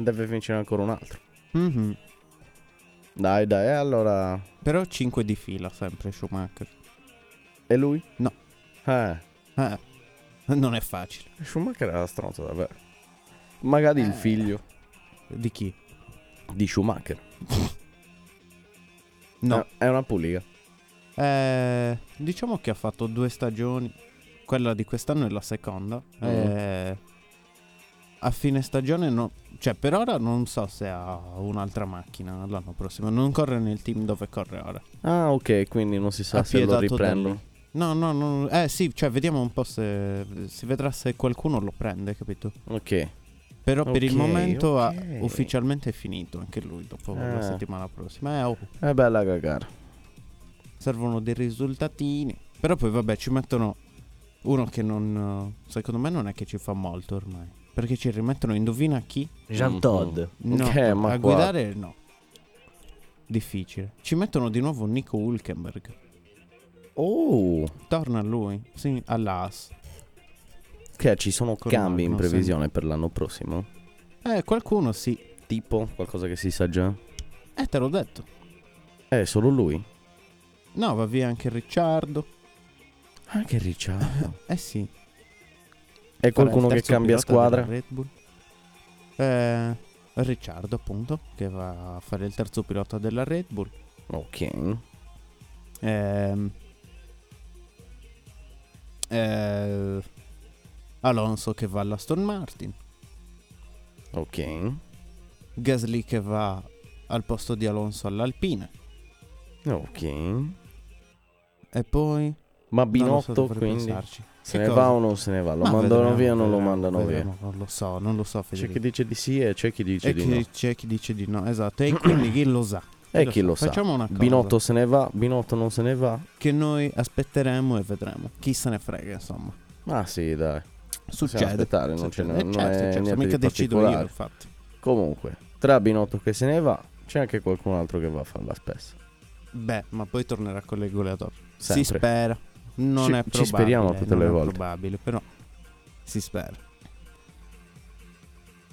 [SPEAKER 5] deve vincere ancora un altro.
[SPEAKER 4] Mhm.
[SPEAKER 5] Dai, dai, eh, allora...
[SPEAKER 4] Però 5 di fila sempre Schumacher. [LAUGHS]
[SPEAKER 5] E lui?
[SPEAKER 4] No.
[SPEAKER 5] Eh,
[SPEAKER 4] Eh, non è facile.
[SPEAKER 5] Schumacher era stronzo davvero. Magari
[SPEAKER 4] Eh.
[SPEAKER 5] il figlio
[SPEAKER 4] Di chi?
[SPEAKER 5] di Schumacher.
[SPEAKER 4] No.
[SPEAKER 5] Eh, È una puliga.
[SPEAKER 4] Eh, diciamo che ha fatto due stagioni. Quella di quest'anno è la seconda.
[SPEAKER 5] Mm.
[SPEAKER 4] Eh, a fine stagione no- Cioè, per ora non so se ha un'altra macchina l'anno prossimo. Non corre nel team dove corre ora.
[SPEAKER 5] Ah, ok, quindi non si sa
[SPEAKER 4] Ha
[SPEAKER 5] se lo
[SPEAKER 4] pietato da
[SPEAKER 5] riprendono.
[SPEAKER 4] lì. No, no, no. Eh sì, cioè, vediamo un po' se. Si vedrà se qualcuno lo prende, capito?
[SPEAKER 5] Ok.
[SPEAKER 4] Però per il
[SPEAKER 5] Ok,
[SPEAKER 4] momento ha-
[SPEAKER 5] ok.
[SPEAKER 4] ufficialmente è finito anche lui dopo
[SPEAKER 5] Ah.
[SPEAKER 4] la settimana prossima. Eh, oh,
[SPEAKER 5] È bella cagare.
[SPEAKER 4] servono dei risultatini. Però poi, vabbè, ci mettono uno che non. eh, Secondo me non è che ci fa molto ormai. Perché ci rimettono, indovina chi?
[SPEAKER 5] Mm,
[SPEAKER 6] Jean Todd.
[SPEAKER 4] No,
[SPEAKER 5] Ok, Eh, ma
[SPEAKER 4] a
[SPEAKER 5] qua-
[SPEAKER 4] guidare no. Difficile. Ci mettono di nuovo Nico Hulkenberg.
[SPEAKER 5] Oh,
[SPEAKER 4] Torna lui, sì, all'AS.
[SPEAKER 5] ok, ci sono
[SPEAKER 4] Con
[SPEAKER 5] cambi in
[SPEAKER 4] Magnussen.
[SPEAKER 5] previsione per l'anno prossimo.
[SPEAKER 4] Eh, qualcuno sì.
[SPEAKER 5] Tipo, qualcosa che si sa già.
[SPEAKER 4] Eh, te l'ho detto.
[SPEAKER 5] Eh, solo lui.
[SPEAKER 4] No, va via anche Ricciardo.
[SPEAKER 5] Ah, che Ricciardo.
[SPEAKER 4] Eh sì.
[SPEAKER 5] È
[SPEAKER 4] farà il
[SPEAKER 5] qualcuno che
[SPEAKER 4] terzo
[SPEAKER 5] cambia
[SPEAKER 4] pilota
[SPEAKER 5] squadra.
[SPEAKER 4] della Red Bull. Eh, Ricciardo, appunto, che va a fare il terzo pilota della Red Bull.
[SPEAKER 5] Ok.
[SPEAKER 4] Ehm, eh, Alonso che va all'Aston Martin.
[SPEAKER 5] Ok.
[SPEAKER 4] Gasly che va al posto di Alonso all'Alpine.
[SPEAKER 5] Ok.
[SPEAKER 4] E poi...
[SPEAKER 5] Ma
[SPEAKER 4] non lo so,
[SPEAKER 5] Binotto
[SPEAKER 4] dovrei
[SPEAKER 5] quindi
[SPEAKER 4] pensarci.
[SPEAKER 5] se
[SPEAKER 4] Che
[SPEAKER 5] ne
[SPEAKER 4] cosa?
[SPEAKER 5] va o non se ne va? Lo
[SPEAKER 4] Ma
[SPEAKER 5] mandano
[SPEAKER 4] vedremo,
[SPEAKER 5] via o non lo
[SPEAKER 4] vedremo,
[SPEAKER 5] mandano via?
[SPEAKER 4] vedremo, Non lo so, non lo so
[SPEAKER 5] C'è
[SPEAKER 4] Federico.
[SPEAKER 5] chi dice di sì e c'è chi dice
[SPEAKER 4] E
[SPEAKER 5] di
[SPEAKER 4] chi,
[SPEAKER 5] no.
[SPEAKER 4] c'è chi dice di no, esatto. E quindi chi lo sa?
[SPEAKER 5] [COUGHS] E chi lo sa?
[SPEAKER 4] Facciamo una cosa
[SPEAKER 5] Binotto se ne va, Binotto non se ne va.
[SPEAKER 4] che noi aspetteremo e vedremo. Chi se ne frega, insomma.
[SPEAKER 5] Ma sì, dai.
[SPEAKER 4] Succede.
[SPEAKER 5] aspettare, non ce
[SPEAKER 4] Succede.
[SPEAKER 5] n'è-
[SPEAKER 4] Eh,
[SPEAKER 5] non
[SPEAKER 4] certo,
[SPEAKER 5] è
[SPEAKER 4] certo,
[SPEAKER 5] niente
[SPEAKER 4] mica
[SPEAKER 5] di
[SPEAKER 4] decido io,
[SPEAKER 5] particolare.
[SPEAKER 4] infatti.
[SPEAKER 5] Comunque, tra Binotto che se ne va, c'è anche qualcun altro che va a fare la spesa.
[SPEAKER 4] Beh, ma poi tornerà con le goleador. Si
[SPEAKER 5] Sempre.
[SPEAKER 4] spera. Non
[SPEAKER 5] Ci-
[SPEAKER 4] è
[SPEAKER 5] ci
[SPEAKER 4] probabile.
[SPEAKER 5] speriamo tutte
[SPEAKER 4] non
[SPEAKER 5] le
[SPEAKER 4] è
[SPEAKER 5] volte.
[SPEAKER 4] probabile, però si spera.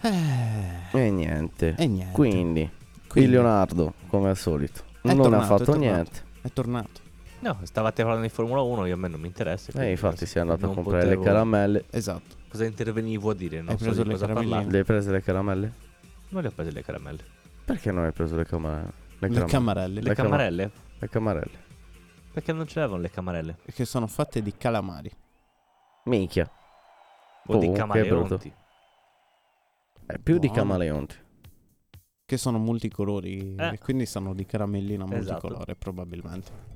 [SPEAKER 4] Eh,
[SPEAKER 5] E niente.
[SPEAKER 4] e niente.
[SPEAKER 5] Quindi,
[SPEAKER 4] Quindi
[SPEAKER 5] il Leonardo, come al solito, non
[SPEAKER 4] tornato,
[SPEAKER 5] ha
[SPEAKER 4] è
[SPEAKER 5] fatto
[SPEAKER 4] tornato.
[SPEAKER 5] niente.
[SPEAKER 4] è tornato.
[SPEAKER 7] No, stavate parlando di Formula 1, io a me non mi interessa.
[SPEAKER 5] E
[SPEAKER 7] quindi
[SPEAKER 5] Eh, infatti si è andato a
[SPEAKER 7] non
[SPEAKER 5] comprare
[SPEAKER 7] potevo-
[SPEAKER 5] le caramelle.
[SPEAKER 4] Esatto.
[SPEAKER 7] Cosa intervenivo a dire? Non
[SPEAKER 4] Hai
[SPEAKER 7] so
[SPEAKER 4] preso
[SPEAKER 7] di
[SPEAKER 4] le
[SPEAKER 7] cosa
[SPEAKER 4] caramelline?
[SPEAKER 7] parlare.
[SPEAKER 5] Le hai prese le caramelle?
[SPEAKER 7] Non le ho prese le caramelle.
[SPEAKER 5] Perché non hai preso le caramelle?
[SPEAKER 4] Le
[SPEAKER 5] caramelle.
[SPEAKER 4] camarelle
[SPEAKER 7] Le,
[SPEAKER 5] Le cam-
[SPEAKER 7] camarelle?
[SPEAKER 5] Le camarelle.
[SPEAKER 7] Perché non ce l'avevano le camarelle?
[SPEAKER 4] che sono fatte di calamari.
[SPEAKER 5] Minchia.
[SPEAKER 7] O
[SPEAKER 5] Oh,
[SPEAKER 7] di
[SPEAKER 5] che
[SPEAKER 7] camaleonti.
[SPEAKER 5] brutto. È più di
[SPEAKER 4] Buono.
[SPEAKER 5] camaleonti.
[SPEAKER 4] Che sono multicolori.
[SPEAKER 7] Eh.
[SPEAKER 4] E quindi sono di caramellina
[SPEAKER 7] Esatto.
[SPEAKER 4] multicolore, probabilmente.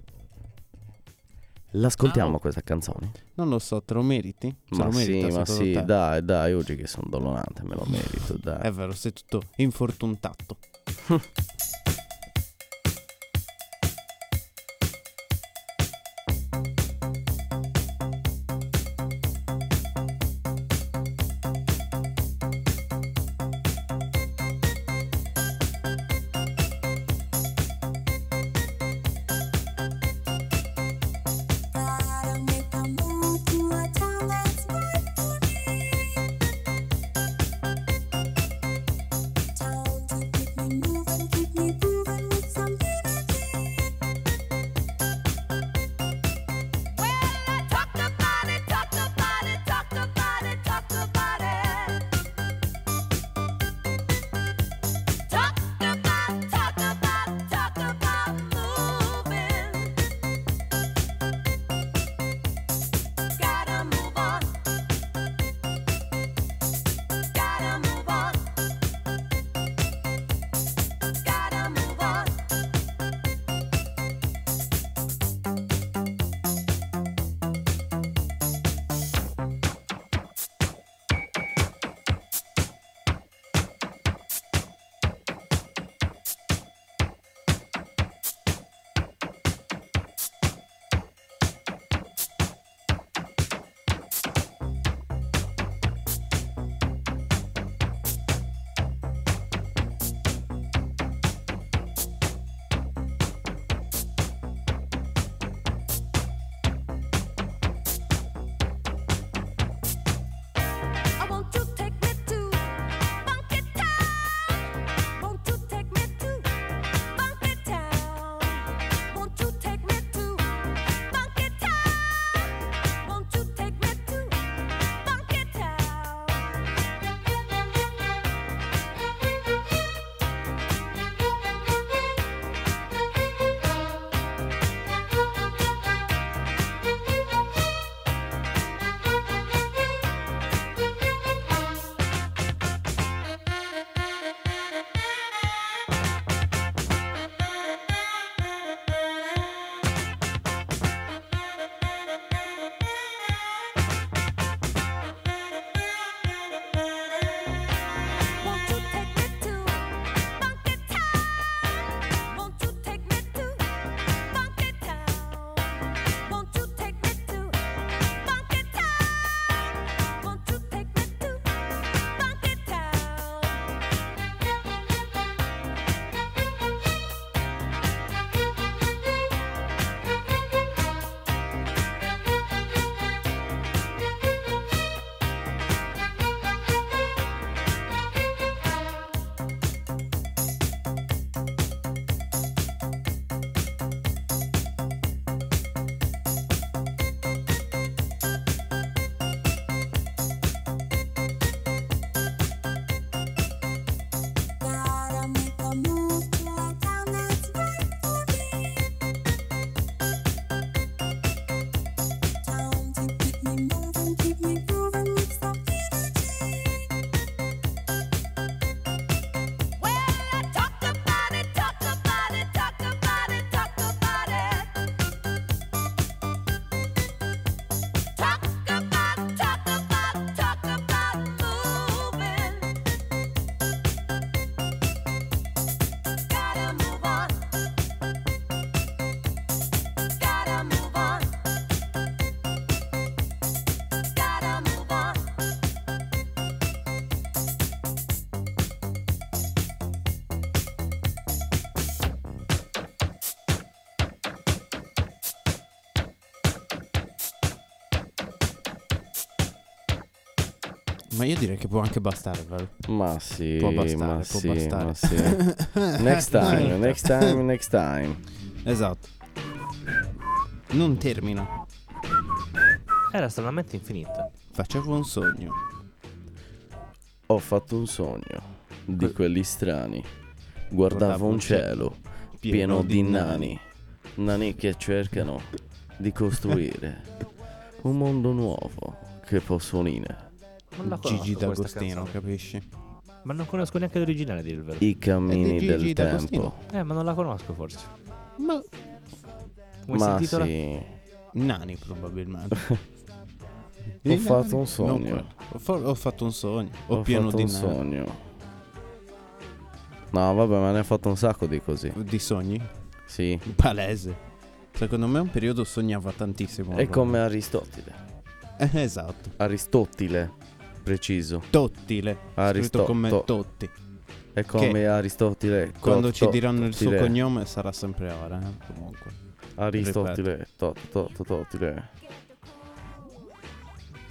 [SPEAKER 5] L'ascoltiamo
[SPEAKER 7] Ah.
[SPEAKER 5] questa canzone?
[SPEAKER 4] Non lo so, te lo meriti? Se
[SPEAKER 5] ma
[SPEAKER 4] lo
[SPEAKER 5] sì,
[SPEAKER 4] merita,
[SPEAKER 5] ma
[SPEAKER 4] secondo
[SPEAKER 5] sì,
[SPEAKER 4] te?
[SPEAKER 5] dai, dai, oggi che sono
[SPEAKER 4] [LAUGHS]
[SPEAKER 5] dolorante, me lo merito, dai.
[SPEAKER 4] È vero, sei tutto infortuntato.
[SPEAKER 8] Keep me moving, keep me moving.
[SPEAKER 4] Ma io direi che può anche bastare, vero?
[SPEAKER 5] Ma sì,
[SPEAKER 4] Eh, Può bastare,
[SPEAKER 5] ma
[SPEAKER 4] può
[SPEAKER 5] sì,
[SPEAKER 4] bastare.
[SPEAKER 5] ma
[SPEAKER 4] [LAUGHS]
[SPEAKER 5] sì. Next time, next time, next time.
[SPEAKER 4] Esatto. Non termina.
[SPEAKER 7] Era stranamente infinita.
[SPEAKER 4] Facevo un sogno.
[SPEAKER 5] Ho fatto un sogno di quelli strani. Guardavo un cielo pieno di nani, nani che cercano di costruire un mondo nuovo che possa unire
[SPEAKER 7] Non la conosco
[SPEAKER 4] Gigi
[SPEAKER 7] questa
[SPEAKER 4] D'Agostino,
[SPEAKER 7] canzone.
[SPEAKER 4] capisci?
[SPEAKER 7] Ma non conosco neanche l'originale, a dir il vero.
[SPEAKER 5] i
[SPEAKER 4] È
[SPEAKER 5] cammini
[SPEAKER 4] di Gigi
[SPEAKER 5] del
[SPEAKER 4] D'Agostino.
[SPEAKER 5] tempo.
[SPEAKER 7] Eh, ma non la conosco forse.
[SPEAKER 4] Ma
[SPEAKER 7] Come
[SPEAKER 5] ma
[SPEAKER 7] si intitola?
[SPEAKER 5] sì,
[SPEAKER 4] nani probabilmente.
[SPEAKER 5] [LAUGHS] ho
[SPEAKER 4] I
[SPEAKER 5] fatto
[SPEAKER 4] nani.
[SPEAKER 5] un sogno.
[SPEAKER 4] Non quello. Ho, fa- ho fatto un sogno. Ho,
[SPEAKER 5] Ho
[SPEAKER 4] pieno di
[SPEAKER 5] fatto un
[SPEAKER 4] nani.
[SPEAKER 5] sogno. No, vabbè, ma ne ho fatto un sacco di così.
[SPEAKER 4] Di sogni?
[SPEAKER 5] Sì.
[SPEAKER 4] Oh, Palese. Secondo me un periodo sognava tantissimo.
[SPEAKER 5] È come Aristotele.
[SPEAKER 4] Eh, Esatto.
[SPEAKER 5] Aristotele, preciso.
[SPEAKER 4] Tottile. Scritto
[SPEAKER 5] Aristo-
[SPEAKER 4] come
[SPEAKER 5] to-
[SPEAKER 4] Totti.
[SPEAKER 5] È come
[SPEAKER 4] Che-
[SPEAKER 5] Aristotele. tot-
[SPEAKER 4] Quando ci
[SPEAKER 5] tot-
[SPEAKER 4] diranno il suo
[SPEAKER 5] tile.
[SPEAKER 4] cognome sarà sempre ora, eh, comunque.
[SPEAKER 5] Aristotele. tot- tot- Totile.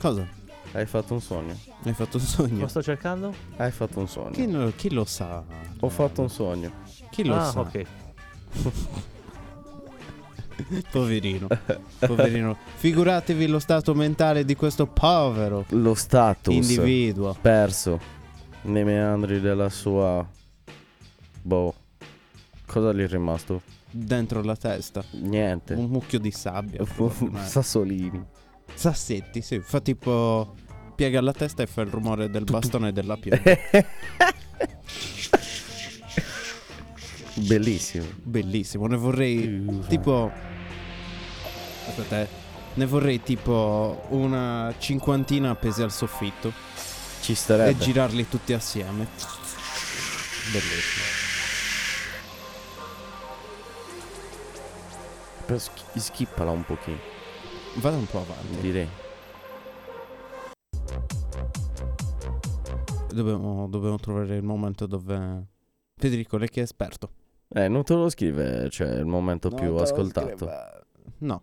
[SPEAKER 4] Cosa?
[SPEAKER 5] Hai fatto un sogno.
[SPEAKER 4] Hai fatto un sogno?
[SPEAKER 7] Lo sto cercando?
[SPEAKER 5] Hai fatto un sogno.
[SPEAKER 4] Chi, lo- chi lo sa?
[SPEAKER 5] Ho fatto un sogno.
[SPEAKER 4] Chi lo
[SPEAKER 7] ah,
[SPEAKER 4] sa?
[SPEAKER 7] ok.
[SPEAKER 5] [LAUGHS]
[SPEAKER 4] Poverino. Poverino. Figuratevi lo stato mentale di questo povero
[SPEAKER 5] Lo status
[SPEAKER 4] individuo.
[SPEAKER 5] perso nei meandri della sua. Boh. Cosa gli è rimasto?
[SPEAKER 4] Dentro la testa.
[SPEAKER 5] Niente.
[SPEAKER 4] Un mucchio di sabbia. probabilmente. [LAUGHS]
[SPEAKER 5] Sassolini.
[SPEAKER 4] Sassetti, sì. Fa tipo... Piega la testa e fa il rumore del bastone e della
[SPEAKER 5] [LAUGHS]
[SPEAKER 4] pietra.
[SPEAKER 5] Bellissimo.
[SPEAKER 4] Bellissimo. Ne vorrei... Tipo... Aspetta, eh. Ne vorrei tipo una cinquantina appese al soffitto.
[SPEAKER 5] Ci
[SPEAKER 4] e
[SPEAKER 5] starebbe.
[SPEAKER 4] girarli tutti assieme. Bellissimo.
[SPEAKER 5] Però sch- schippala un pochino.
[SPEAKER 4] Vado un po' avanti.
[SPEAKER 5] Direi.
[SPEAKER 4] Dobbiamo, dobbiamo trovare il momento dove. Federico, lei che è esperto.
[SPEAKER 5] Eh, non te lo scrive, cioè, il momento più ascoltato.
[SPEAKER 4] No.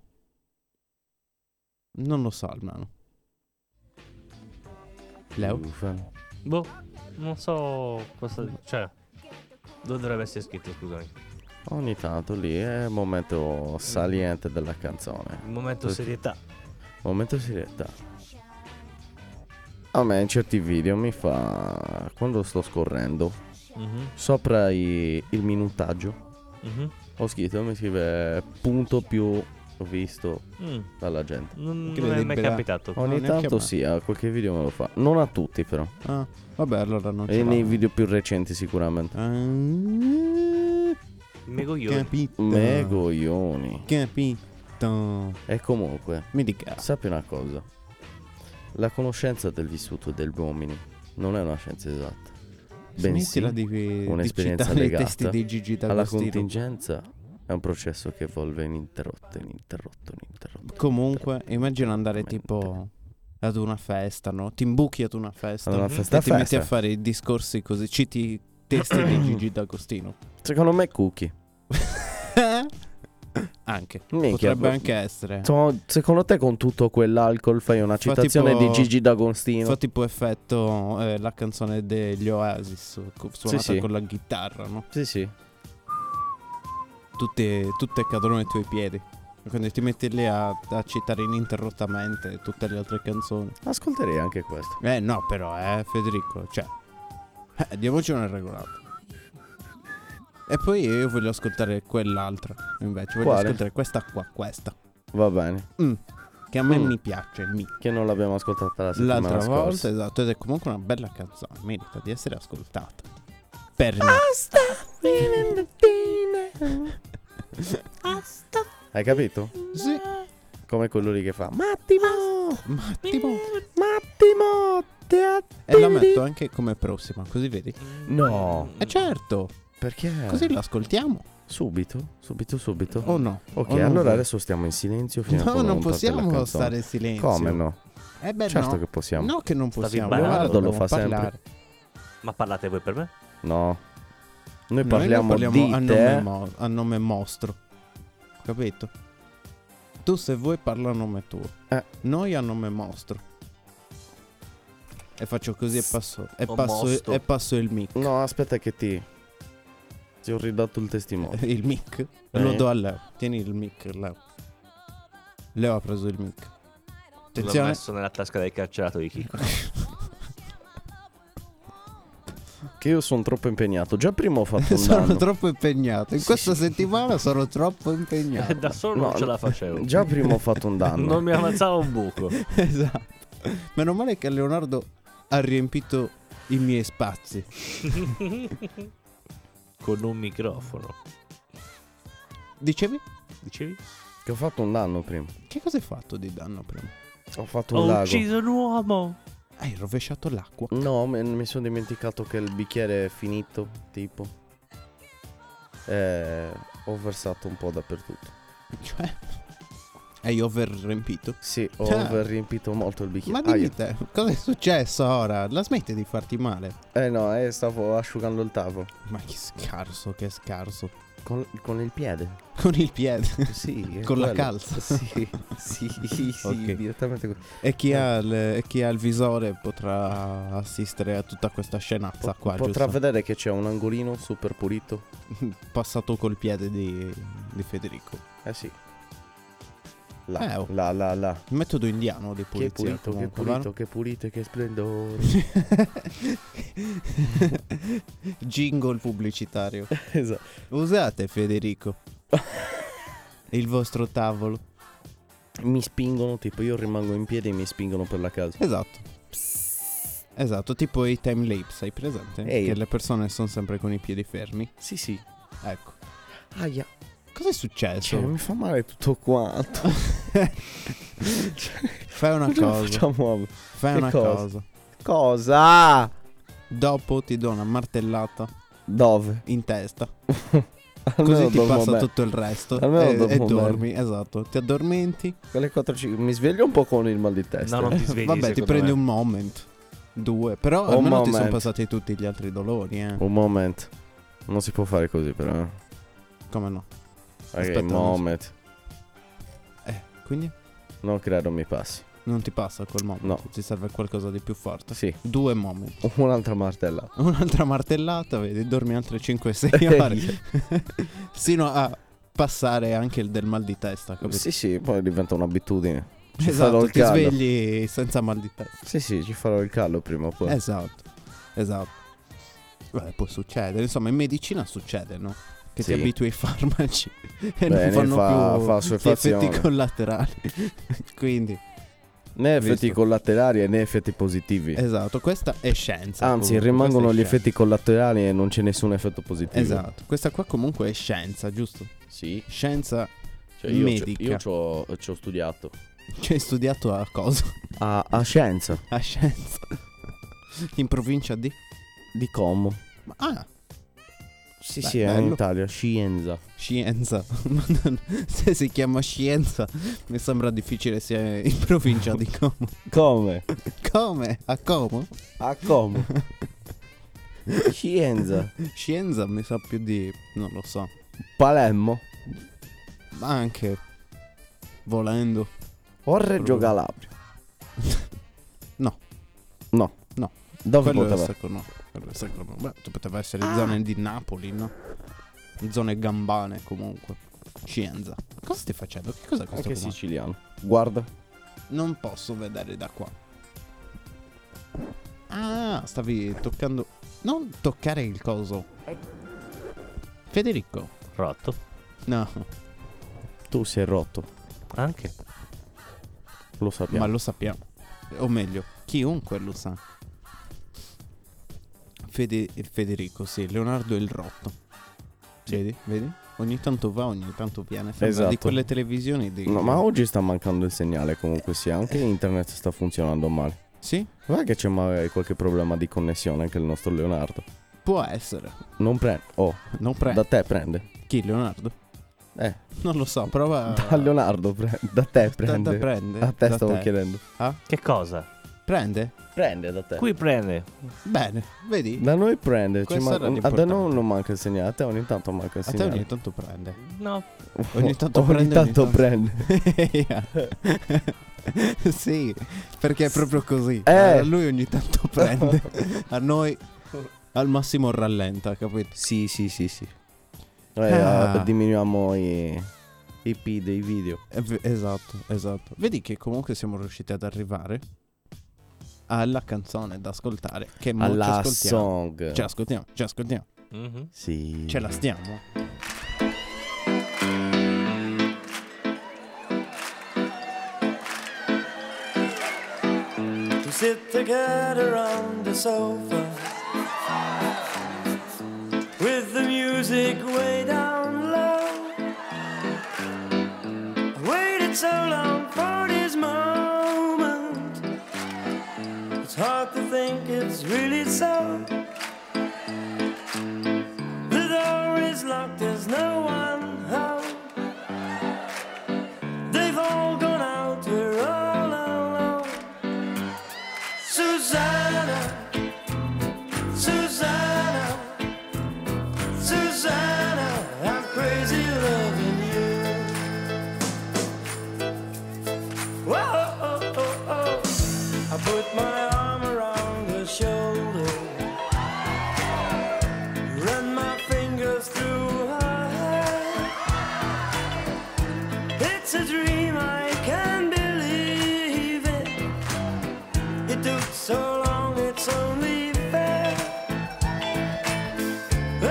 [SPEAKER 4] Non lo so almeno. Leo?
[SPEAKER 5] Uffa.
[SPEAKER 7] Boh, non so cosa... Cioè, dove dovrebbe essere scritto, scusami.
[SPEAKER 5] Ogni tanto lì è il momento saliente della canzone.
[SPEAKER 7] Il momento
[SPEAKER 5] Sì.
[SPEAKER 7] serietà.
[SPEAKER 5] Momento serietà. A me in certi video mi fa. Quando sto scorrendo,
[SPEAKER 7] Mhm,
[SPEAKER 5] sopra i- il minutaggio,
[SPEAKER 7] mhm,
[SPEAKER 5] ho scritto, mi scrive punto più visto
[SPEAKER 7] mm.
[SPEAKER 5] dalla gente.
[SPEAKER 7] Non,
[SPEAKER 4] Che Oh,
[SPEAKER 7] non è
[SPEAKER 4] vedi,
[SPEAKER 7] mai
[SPEAKER 4] bra-
[SPEAKER 7] capitato.
[SPEAKER 4] No,
[SPEAKER 5] Ogni
[SPEAKER 4] neanche a
[SPEAKER 5] tanto
[SPEAKER 4] me.
[SPEAKER 5] sì, a qualche video me lo fa. Non a tutti, però.
[SPEAKER 4] Ah, vabbè, allora non
[SPEAKER 5] E
[SPEAKER 4] ce
[SPEAKER 5] nei
[SPEAKER 4] l'ho.
[SPEAKER 5] video più recenti, sicuramente.
[SPEAKER 4] Ah,
[SPEAKER 7] Me coglioni.
[SPEAKER 4] Capito.
[SPEAKER 5] Me coglioni.
[SPEAKER 4] Capito.
[SPEAKER 5] E comunque,
[SPEAKER 4] Mi dica.
[SPEAKER 5] sappi una cosa. La conoscenza del vissuto degli uomini non è una scienza esatta. Bensì,
[SPEAKER 4] Smettila di, di
[SPEAKER 5] un'esperienza
[SPEAKER 4] citare i
[SPEAKER 5] legata
[SPEAKER 4] testi di Gigi
[SPEAKER 5] alla
[SPEAKER 4] D'Agostino.
[SPEAKER 5] contingenza è un processo che evolve ininterrotto, ininterrotto, ininterrotto.
[SPEAKER 4] Comunque, immagina andare tipo ad una festa, no? Ti imbuchi ad una festa
[SPEAKER 5] Ad una
[SPEAKER 4] e
[SPEAKER 5] festa a
[SPEAKER 4] ti metti a
[SPEAKER 5] festa.
[SPEAKER 4] fare i discorsi così, citi i testi
[SPEAKER 5] [CLEARS THROAT]
[SPEAKER 4] di Gigi D'Agostino.
[SPEAKER 5] Secondo me cookie.
[SPEAKER 4] Eh? anche.
[SPEAKER 5] Minchia,
[SPEAKER 4] Potrebbe
[SPEAKER 5] ma-
[SPEAKER 4] anche essere.
[SPEAKER 5] Insomma, secondo te con tutto quell'alcol fai una
[SPEAKER 4] Fa
[SPEAKER 5] citazione
[SPEAKER 4] tipo-
[SPEAKER 5] di Gigi D'Agostino?
[SPEAKER 4] Fa tipo effetto eh, la canzone degli Oasis co- suonata
[SPEAKER 5] sì.
[SPEAKER 4] con la chitarra, no?
[SPEAKER 5] Sì, sì.
[SPEAKER 4] Tutte, tutte cadono ai tuoi piedi. Quindi ti metti lì a, a citare ininterrottamente tutte le altre canzoni.
[SPEAKER 5] Ascolterei anche questo.
[SPEAKER 4] Eh no, però, eh, Federico, cioè, eh, diamoci una regolata. E poi io voglio ascoltare quell'altra, invece, voglio
[SPEAKER 5] Quale?
[SPEAKER 4] ascoltare questa qua, questa,
[SPEAKER 5] Va bene.
[SPEAKER 4] Mm, che a me
[SPEAKER 5] Mm.
[SPEAKER 4] mi piace, mi.
[SPEAKER 5] Che non l'abbiamo ascoltata la settimana
[SPEAKER 4] L'altra
[SPEAKER 5] scorsa.
[SPEAKER 4] volta, esatto, ed è comunque una bella canzone, merita di essere ascoltata. Per me.
[SPEAKER 5] Hai capito?
[SPEAKER 4] Sì.
[SPEAKER 5] Come quello lì che fa Mattimo!
[SPEAKER 4] Mattimo.
[SPEAKER 5] Mattimo! Te
[SPEAKER 4] E la metto anche come prossima, così vedi.
[SPEAKER 5] No!
[SPEAKER 4] Eh certo,
[SPEAKER 5] Perché?
[SPEAKER 4] così l'ascoltiamo.
[SPEAKER 5] Subito? Subito, subito?
[SPEAKER 4] O Oh no?
[SPEAKER 5] ok,
[SPEAKER 4] O non
[SPEAKER 5] allora
[SPEAKER 4] vuoi?
[SPEAKER 5] adesso stiamo in silenzio fino a
[SPEAKER 4] No,
[SPEAKER 5] quando
[SPEAKER 4] non
[SPEAKER 5] parte la
[SPEAKER 4] possiamo
[SPEAKER 5] canzone.
[SPEAKER 4] stare in silenzio.
[SPEAKER 5] Come no?
[SPEAKER 4] Eh beh,
[SPEAKER 5] Certo
[SPEAKER 4] no.
[SPEAKER 5] che possiamo.
[SPEAKER 4] No, che non
[SPEAKER 7] Stavi
[SPEAKER 4] possiamo.
[SPEAKER 7] imparando,
[SPEAKER 4] Leonardo,
[SPEAKER 5] lo fa
[SPEAKER 4] dobbiamo
[SPEAKER 5] sempre.
[SPEAKER 7] Ma parlate voi per me?
[SPEAKER 5] No. Noi
[SPEAKER 4] Noi ne
[SPEAKER 5] parliamo, eh.
[SPEAKER 4] parliamo a nome,
[SPEAKER 5] di te.
[SPEAKER 4] mo- a nome mostro. Capito? Tu se vuoi parla a nome tuo.
[SPEAKER 5] Eh.
[SPEAKER 4] Noi a nome mostro. E faccio così e passo, e
[SPEAKER 6] Ho
[SPEAKER 4] passo,
[SPEAKER 6] mosto.
[SPEAKER 4] e passo il mic.
[SPEAKER 5] No, aspetta che ti... Ti ho ridato il testimone.
[SPEAKER 4] [LAUGHS] Il mic.
[SPEAKER 5] Eh.
[SPEAKER 4] Lo do a Leo. Tieni il mic, Leo. Leo ha preso il mic.
[SPEAKER 7] L'ho
[SPEAKER 4] [LAUGHS] Attenzione. Ecco,
[SPEAKER 7] messo nella tasca del carcerato di Chico.
[SPEAKER 5] Che io sono troppo impegnato. Già prima
[SPEAKER 4] [LAUGHS]
[SPEAKER 5] ho fatto un
[SPEAKER 4] Sono
[SPEAKER 5] danno.
[SPEAKER 4] troppo impegnato. In questa settimana sono troppo impegnato.
[SPEAKER 7] [LAUGHS] da solo
[SPEAKER 5] No,
[SPEAKER 7] non ce la facevo.
[SPEAKER 5] Già prima ho fatto un danno.
[SPEAKER 7] Non mi avanzava un buco.
[SPEAKER 4] esatto. Meno male che Leonardo ha riempito i miei spazi.
[SPEAKER 7] Con un microfono.
[SPEAKER 4] Dicevi?
[SPEAKER 7] Dicevi?
[SPEAKER 5] Che ho fatto un danno prima.
[SPEAKER 4] Che cosa hai fatto di danno prima?
[SPEAKER 5] Ho fatto un
[SPEAKER 7] Ho
[SPEAKER 5] lago.
[SPEAKER 7] ucciso un uomo.
[SPEAKER 4] Hai rovesciato l'acqua.
[SPEAKER 5] No, me- mi sono dimenticato che il bicchiere è finito, tipo. Eh, ho versato un po' dappertutto.
[SPEAKER 4] Cioè, hai overriempito.
[SPEAKER 5] Sì, ho
[SPEAKER 4] Ah.
[SPEAKER 5] over riempito molto il bicchiere.
[SPEAKER 4] Ma
[SPEAKER 5] Aia.
[SPEAKER 4] dimmi te, cosa è successo ora? La smetti di farti male?
[SPEAKER 5] Eh no, eh, stavo asciugando il tavolo.
[SPEAKER 4] Ma che scarso, che scarso. [LAUGHS]
[SPEAKER 5] Con, con il piede.
[SPEAKER 4] Con il piede. [LAUGHS]
[SPEAKER 5] Sì. è
[SPEAKER 4] Con la
[SPEAKER 5] quello.
[SPEAKER 4] calza.
[SPEAKER 5] [LAUGHS] Sì, sì, sì,
[SPEAKER 4] [LAUGHS] Ok.
[SPEAKER 5] direttamente così.
[SPEAKER 4] E chi, ha il, e chi ha il visore potrà assistere a tutta questa scenazza qua,
[SPEAKER 5] Potrà
[SPEAKER 4] giusto? Mm,
[SPEAKER 5] vedere che c'è un angolino super pulito.
[SPEAKER 4] Passato col piede di, di Federico.
[SPEAKER 5] Eh sì. Là,
[SPEAKER 4] Eh, oh.
[SPEAKER 5] là, là, là.
[SPEAKER 4] Il metodo indiano di
[SPEAKER 5] Che
[SPEAKER 4] pulizia.
[SPEAKER 5] pulito, che
[SPEAKER 4] comunque,
[SPEAKER 5] pulito, che pulito, e che
[SPEAKER 4] [LAUGHS]
[SPEAKER 5] splendore.
[SPEAKER 4] va? [LAUGHS] Jingle pubblicitario.
[SPEAKER 5] esatto.
[SPEAKER 4] Usate
[SPEAKER 5] [LAUGHS]
[SPEAKER 4] Federico. Il vostro tavolo.
[SPEAKER 5] Mi spingono, tipo io rimango in piedi e mi spingono per la casa.
[SPEAKER 4] Esatto. Esatto, tipo i time lapse, hai presente?
[SPEAKER 5] Ehi.
[SPEAKER 4] Che le persone sono sempre con i piedi fermi.
[SPEAKER 5] Sì, sì.
[SPEAKER 4] Ecco.
[SPEAKER 5] Aia.
[SPEAKER 4] Cosa è successo?
[SPEAKER 5] Cioè, mi fa male
[SPEAKER 4] [LAUGHS]
[SPEAKER 5] tutto quanto. Cioè,
[SPEAKER 4] Fai una
[SPEAKER 5] Cosa
[SPEAKER 4] cosa.
[SPEAKER 5] facciamo? oggi?
[SPEAKER 4] Fai
[SPEAKER 5] che
[SPEAKER 4] una
[SPEAKER 5] cosa?
[SPEAKER 4] cosa.
[SPEAKER 5] Cosa?
[SPEAKER 4] Dopo ti do una martellata
[SPEAKER 5] Dove?
[SPEAKER 4] in testa.
[SPEAKER 5] Almeno
[SPEAKER 4] Così ti
[SPEAKER 5] dormo
[SPEAKER 4] passa
[SPEAKER 5] bene.
[SPEAKER 4] tutto il resto.
[SPEAKER 5] Almeno
[SPEAKER 4] E,
[SPEAKER 5] dormo
[SPEAKER 4] e
[SPEAKER 5] bene.
[SPEAKER 4] dormi, esatto. Ti addormenti.
[SPEAKER 5] Alle 4 Mi sveglio un po' con il mal di testa.
[SPEAKER 7] No, non
[SPEAKER 4] [LAUGHS]
[SPEAKER 7] ti svegli.
[SPEAKER 4] Vabbè, ti
[SPEAKER 7] secondo
[SPEAKER 4] prendi
[SPEAKER 7] me.
[SPEAKER 4] un moment. Due. Però
[SPEAKER 5] Un
[SPEAKER 4] almeno ti sono
[SPEAKER 5] moment. Oh.
[SPEAKER 4] passati tutti gli altri dolori, eh.
[SPEAKER 5] Un momento. Non si può fare così, però. eh.
[SPEAKER 4] Come no?
[SPEAKER 5] Ok,
[SPEAKER 4] Aspetta,
[SPEAKER 5] un
[SPEAKER 4] non so.
[SPEAKER 5] moment.
[SPEAKER 4] Eh, quindi
[SPEAKER 5] Non credo mi passi.
[SPEAKER 4] non ti passa col moment.
[SPEAKER 5] No.
[SPEAKER 4] Ti serve qualcosa di più forte.
[SPEAKER 5] Sì, [LAUGHS]
[SPEAKER 4] Due moment.
[SPEAKER 5] un'altra martella.
[SPEAKER 4] [LAUGHS] Un'altra martellata, vedi, dormi altre
[SPEAKER 5] [LAUGHS]
[SPEAKER 4] 5-6 ore. Sino a passare anche il del mal di testa, capito?
[SPEAKER 5] Sì, sì, poi diventa un'abitudine. Ci farò
[SPEAKER 4] esatto,
[SPEAKER 5] il
[SPEAKER 4] ti
[SPEAKER 5] callo.
[SPEAKER 4] svegli senza mal di testa.
[SPEAKER 5] Sì, sì, ci farò il callo prima o poi.
[SPEAKER 4] Esatto, esatto. Beh, può succedere, insomma, in medicina succede, no? Che
[SPEAKER 5] Sì.
[SPEAKER 4] ti abitui ai farmaci [LAUGHS] e non
[SPEAKER 5] Bene,
[SPEAKER 4] fanno
[SPEAKER 5] fa-
[SPEAKER 4] più
[SPEAKER 5] fa
[SPEAKER 4] gli effetti
[SPEAKER 5] assuefazione.
[SPEAKER 4] collaterali. [LAUGHS] Quindi,
[SPEAKER 5] Né effetti
[SPEAKER 4] Visto.
[SPEAKER 5] collaterali né effetti positivi.
[SPEAKER 4] esatto, questa è scienza.
[SPEAKER 5] Anzi,
[SPEAKER 4] comunque,
[SPEAKER 5] rimangono gli
[SPEAKER 4] questa è
[SPEAKER 5] effetti collaterali e non c'è nessun effetto positivo.
[SPEAKER 4] scienza. Esatto, questa qua comunque è scienza, giusto?
[SPEAKER 5] Sì.
[SPEAKER 4] Scienza,
[SPEAKER 5] Cioè io, ci-
[SPEAKER 4] Medica.
[SPEAKER 5] io ci ho, ci ho studiato.
[SPEAKER 4] cioè studiato a cosa?
[SPEAKER 5] A, a scienza
[SPEAKER 4] A Scienza. In provincia di...
[SPEAKER 5] di Como.
[SPEAKER 4] Ma- Ah,
[SPEAKER 5] Sì,
[SPEAKER 4] Beh,
[SPEAKER 5] sì, è in
[SPEAKER 4] bello.
[SPEAKER 5] Italia. Scienza.
[SPEAKER 4] scienza. [LAUGHS] Ma non- Se si chiama scienza, mi sembra difficile sia in provincia di Como.
[SPEAKER 5] Come?
[SPEAKER 4] Come? A Como?
[SPEAKER 5] A
[SPEAKER 4] [LAUGHS]
[SPEAKER 5] Como. scienza.
[SPEAKER 4] Scienza mi sa più di... non lo so.
[SPEAKER 5] Palermo.
[SPEAKER 4] Ma anche... Volendo.
[SPEAKER 5] O Reggio Calabria.
[SPEAKER 4] [LAUGHS] No.
[SPEAKER 5] No.
[SPEAKER 4] No.
[SPEAKER 5] Dove
[SPEAKER 4] Quello è
[SPEAKER 5] poteva?
[SPEAKER 4] secondo quello è secondo me. Beh, poteva essere zone di Napoli, no? Zone gambane comunque. Scienza. Cosa stai facendo? Che cosa è questo?
[SPEAKER 5] Anche
[SPEAKER 4] comando?
[SPEAKER 5] siciliano. Guarda.
[SPEAKER 4] Non posso vedere da qua. Ah, stavi toccando. Non toccare il coso. Federico.
[SPEAKER 7] Rotto.
[SPEAKER 4] No,
[SPEAKER 5] Tu sei rotto.
[SPEAKER 7] Anche.
[SPEAKER 5] Lo sappiamo.
[SPEAKER 4] ma lo sappiamo. O meglio, chiunque lo sa. Fede- Federico, sì, Leonardo è il rotto. Vedi? Vedi? Ogni tanto va, ogni tanto viene. Sembra
[SPEAKER 5] Esatto.
[SPEAKER 4] di quelle televisioni di...
[SPEAKER 5] No, ma oggi sta mancando il segnale comunque sì, anche
[SPEAKER 4] Eh.
[SPEAKER 5] internet sta funzionando male.
[SPEAKER 4] Sì?
[SPEAKER 5] Guarda che c'è magari qualche problema di connessione anche il nostro Leonardo.
[SPEAKER 4] Può essere.
[SPEAKER 5] Non prende. Oh,
[SPEAKER 4] Non prende.
[SPEAKER 5] da te prende.
[SPEAKER 4] Chi, Leonardo?
[SPEAKER 5] Eh,
[SPEAKER 4] Non lo so, prova...
[SPEAKER 5] da [LAUGHS] Leonardo prende. Da te
[SPEAKER 4] Eh. Da-
[SPEAKER 5] prende.
[SPEAKER 4] da prende.
[SPEAKER 5] A te
[SPEAKER 4] Da
[SPEAKER 5] stavo chiedendo.
[SPEAKER 7] Che cosa?
[SPEAKER 4] Ah? Prende?
[SPEAKER 5] Prende da te.
[SPEAKER 7] Qui prende.
[SPEAKER 4] Bene, vedi?
[SPEAKER 5] Da noi prende. Ci
[SPEAKER 4] Questo
[SPEAKER 5] man-
[SPEAKER 4] era
[SPEAKER 5] a te
[SPEAKER 4] l'importante.
[SPEAKER 5] non, non manca il segnale, a te ogni tanto manca il
[SPEAKER 4] A te
[SPEAKER 5] segnale.
[SPEAKER 4] ogni tanto prende. [LAUGHS]
[SPEAKER 7] No.
[SPEAKER 5] [LAUGHS]
[SPEAKER 4] ogni tanto
[SPEAKER 5] ogni
[SPEAKER 4] prende, ogni
[SPEAKER 5] tanto
[SPEAKER 4] tanto-
[SPEAKER 5] prende.
[SPEAKER 4] Yeah. sì, perché è proprio così.
[SPEAKER 5] Eh.
[SPEAKER 4] A lui ogni tanto prende, a noi al massimo rallenta, capito?
[SPEAKER 5] [LAUGHS] Sì, sì, sì, sì. eh,
[SPEAKER 4] Ah.
[SPEAKER 5] Diminuiamo i, i P dei video.
[SPEAKER 4] È ve- Esatto, esatto. Vedi che comunque siamo riusciti ad arrivare alla canzone da ascoltare. Che mo ci
[SPEAKER 5] Alla
[SPEAKER 4] ascoltiamo.
[SPEAKER 5] song. Mm.
[SPEAKER 4] Ci ascoltiamo, ci ascoltiamo, Mm-hmm.
[SPEAKER 7] Mhm.
[SPEAKER 5] Sì.
[SPEAKER 4] ce la stiamo.
[SPEAKER 8] We sit together on the sofa with the music way down low. I waited so long for this moment. It's hard to think it's really so. The door is locked, there's no one home. They've all gone out, we're all alone. Susanna, Susanna, Susanna, I'm crazy loving you. Whoa, oh, oh, oh. I put my arm around her shoulder, run my fingers through her hair. It's a dream I can't believe it. It took so long, it's only fair.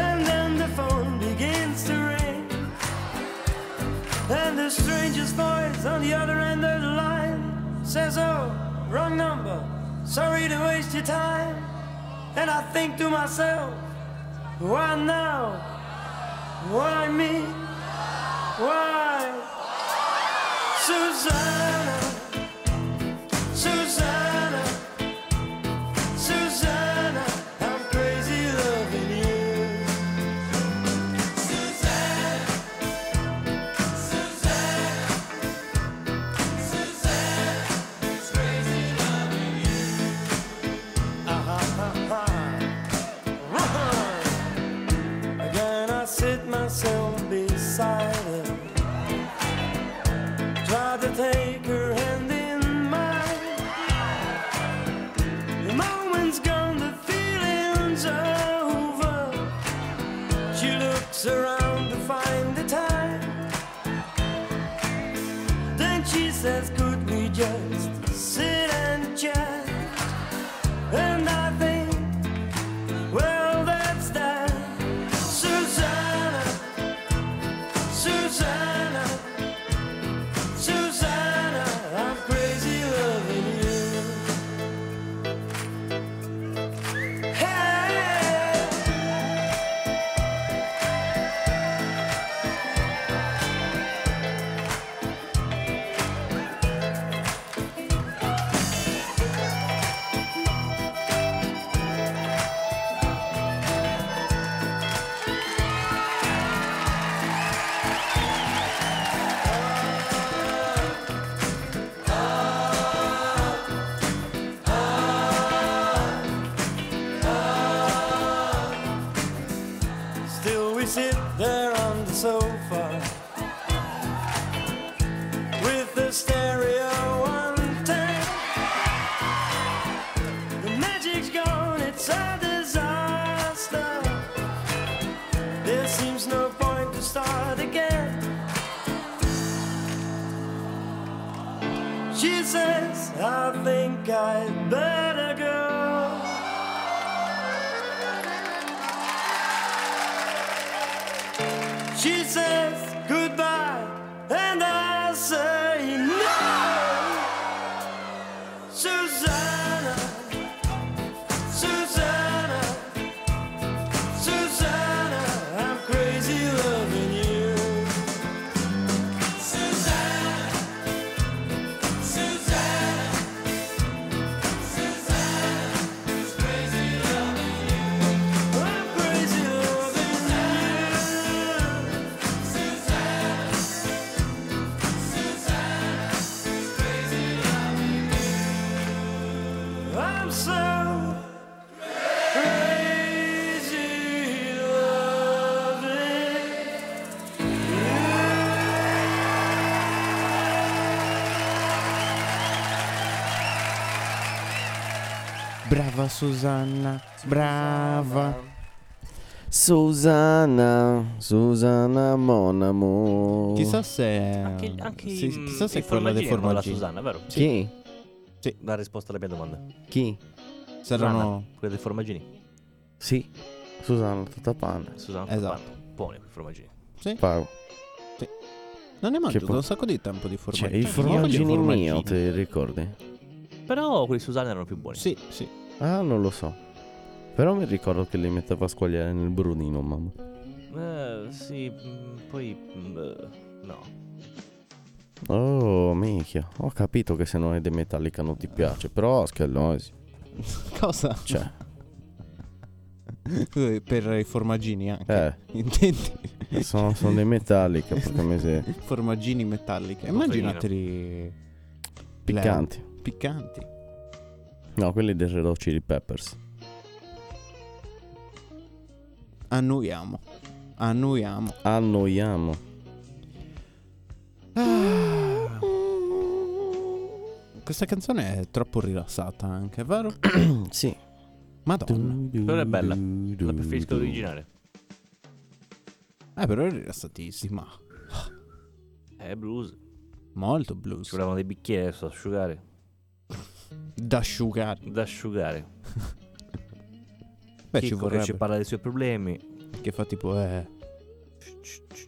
[SPEAKER 8] And then the phone begins to ring. And the stranger's voice on the other end of the line says, Oh, wrong number. Sorry to waste your time. And I think to myself, why now? Why me? Why? Susanna. Susanna, Susanna, I'm crazy loving you. Uh-huh, Susanna, Susanna, Susanna, it's crazy loving you. Ah, ha, ha, ha. Again, I sit myself beside her. Try to take her hand in mine. The moment's gone, the feeling's over. She looks around to find the time. Then she says, Could we just sit and chat? And I think, Well, that's that. Susanna, Susanna. Susanna, I'm crazy loving you. Hey, still we sit there on the sofa with the stereo on tape. The magic's gone, it's a disaster. There seems no point to start again. She says, I think I better go. She says goodbye, and I say no. Susanna, Susanna, Susanna, I'm crazy loving you. Susanna, Susanna, Susanna, it's crazy loving you. I'm crazy loving you. Susanna,
[SPEAKER 4] Brava Susanna, brava.
[SPEAKER 5] Susanna, Susanna Mon amour.
[SPEAKER 4] Chissà se.
[SPEAKER 7] Anche, anche
[SPEAKER 4] Ah, sì,
[SPEAKER 7] mm,
[SPEAKER 4] chissà se
[SPEAKER 7] il
[SPEAKER 4] è quella dei
[SPEAKER 7] formaggino, la
[SPEAKER 4] formaggini.
[SPEAKER 7] Susanna, vero?
[SPEAKER 5] Chi?
[SPEAKER 7] La risposta alla mia domanda.
[SPEAKER 5] Chi?
[SPEAKER 4] Saranno.
[SPEAKER 7] Susanna, Quella dei formaggini.
[SPEAKER 5] Sì. Susanna tutta panna.
[SPEAKER 7] Susanna,
[SPEAKER 4] Esatto.
[SPEAKER 7] esatto. buoni quei formaggini.
[SPEAKER 5] Paolo.
[SPEAKER 4] Non è mangiato
[SPEAKER 5] Che po-
[SPEAKER 4] da un sacco di tempo di
[SPEAKER 5] Cioè,
[SPEAKER 4] formaggini.
[SPEAKER 5] il
[SPEAKER 4] Io voglio i
[SPEAKER 5] formaggini mio,
[SPEAKER 4] formaggini.
[SPEAKER 5] ti ricordi?
[SPEAKER 7] Però quelli di Susanna erano più buoni.
[SPEAKER 4] Sì, sì.
[SPEAKER 5] Ah, non lo so. Però mi ricordo che li metteva a squagliare nel brunino, mamma.
[SPEAKER 7] Eh, sì, mm, poi... mm, eh, no.
[SPEAKER 5] Oh, minchia. Ho capito che se non è dei Metallica non ti piace, però Schellosi.
[SPEAKER 4] [LAUGHS] Cosa? [LAUGHS]
[SPEAKER 5] Cioè,
[SPEAKER 4] Eh, Per i formaggini anche.
[SPEAKER 5] eh,
[SPEAKER 4] Intendi?
[SPEAKER 5] sono, sono dei Metallica, porca miseria.
[SPEAKER 4] Formaggini metalliche.
[SPEAKER 7] Cafeina.
[SPEAKER 4] Immaginateli.
[SPEAKER 5] Piccanti.
[SPEAKER 4] Leo. Piccanti.
[SPEAKER 5] No, quelli del Red Hot Chili Peppers.
[SPEAKER 4] Annuiamo. Annuiamo.
[SPEAKER 5] Annoiamo. Ah.
[SPEAKER 4] Questa canzone è troppo rilassata anche, vero?
[SPEAKER 5] Sì.
[SPEAKER 4] Madonna.
[SPEAKER 7] Però è bella. La
[SPEAKER 5] La
[SPEAKER 7] preferisco l'originale.
[SPEAKER 4] Eh, però è rilassatissima.
[SPEAKER 7] È blues. Ci
[SPEAKER 4] Molto blues.
[SPEAKER 7] volevano dei bicchieri adesso da asciugare.
[SPEAKER 4] Da asciugare.
[SPEAKER 7] Da asciugare.
[SPEAKER 4] Beh, ci
[SPEAKER 7] Chicco che
[SPEAKER 4] vorrebbe.
[SPEAKER 7] ci parla dei suoi problemi.
[SPEAKER 4] Che fa tipo, eh,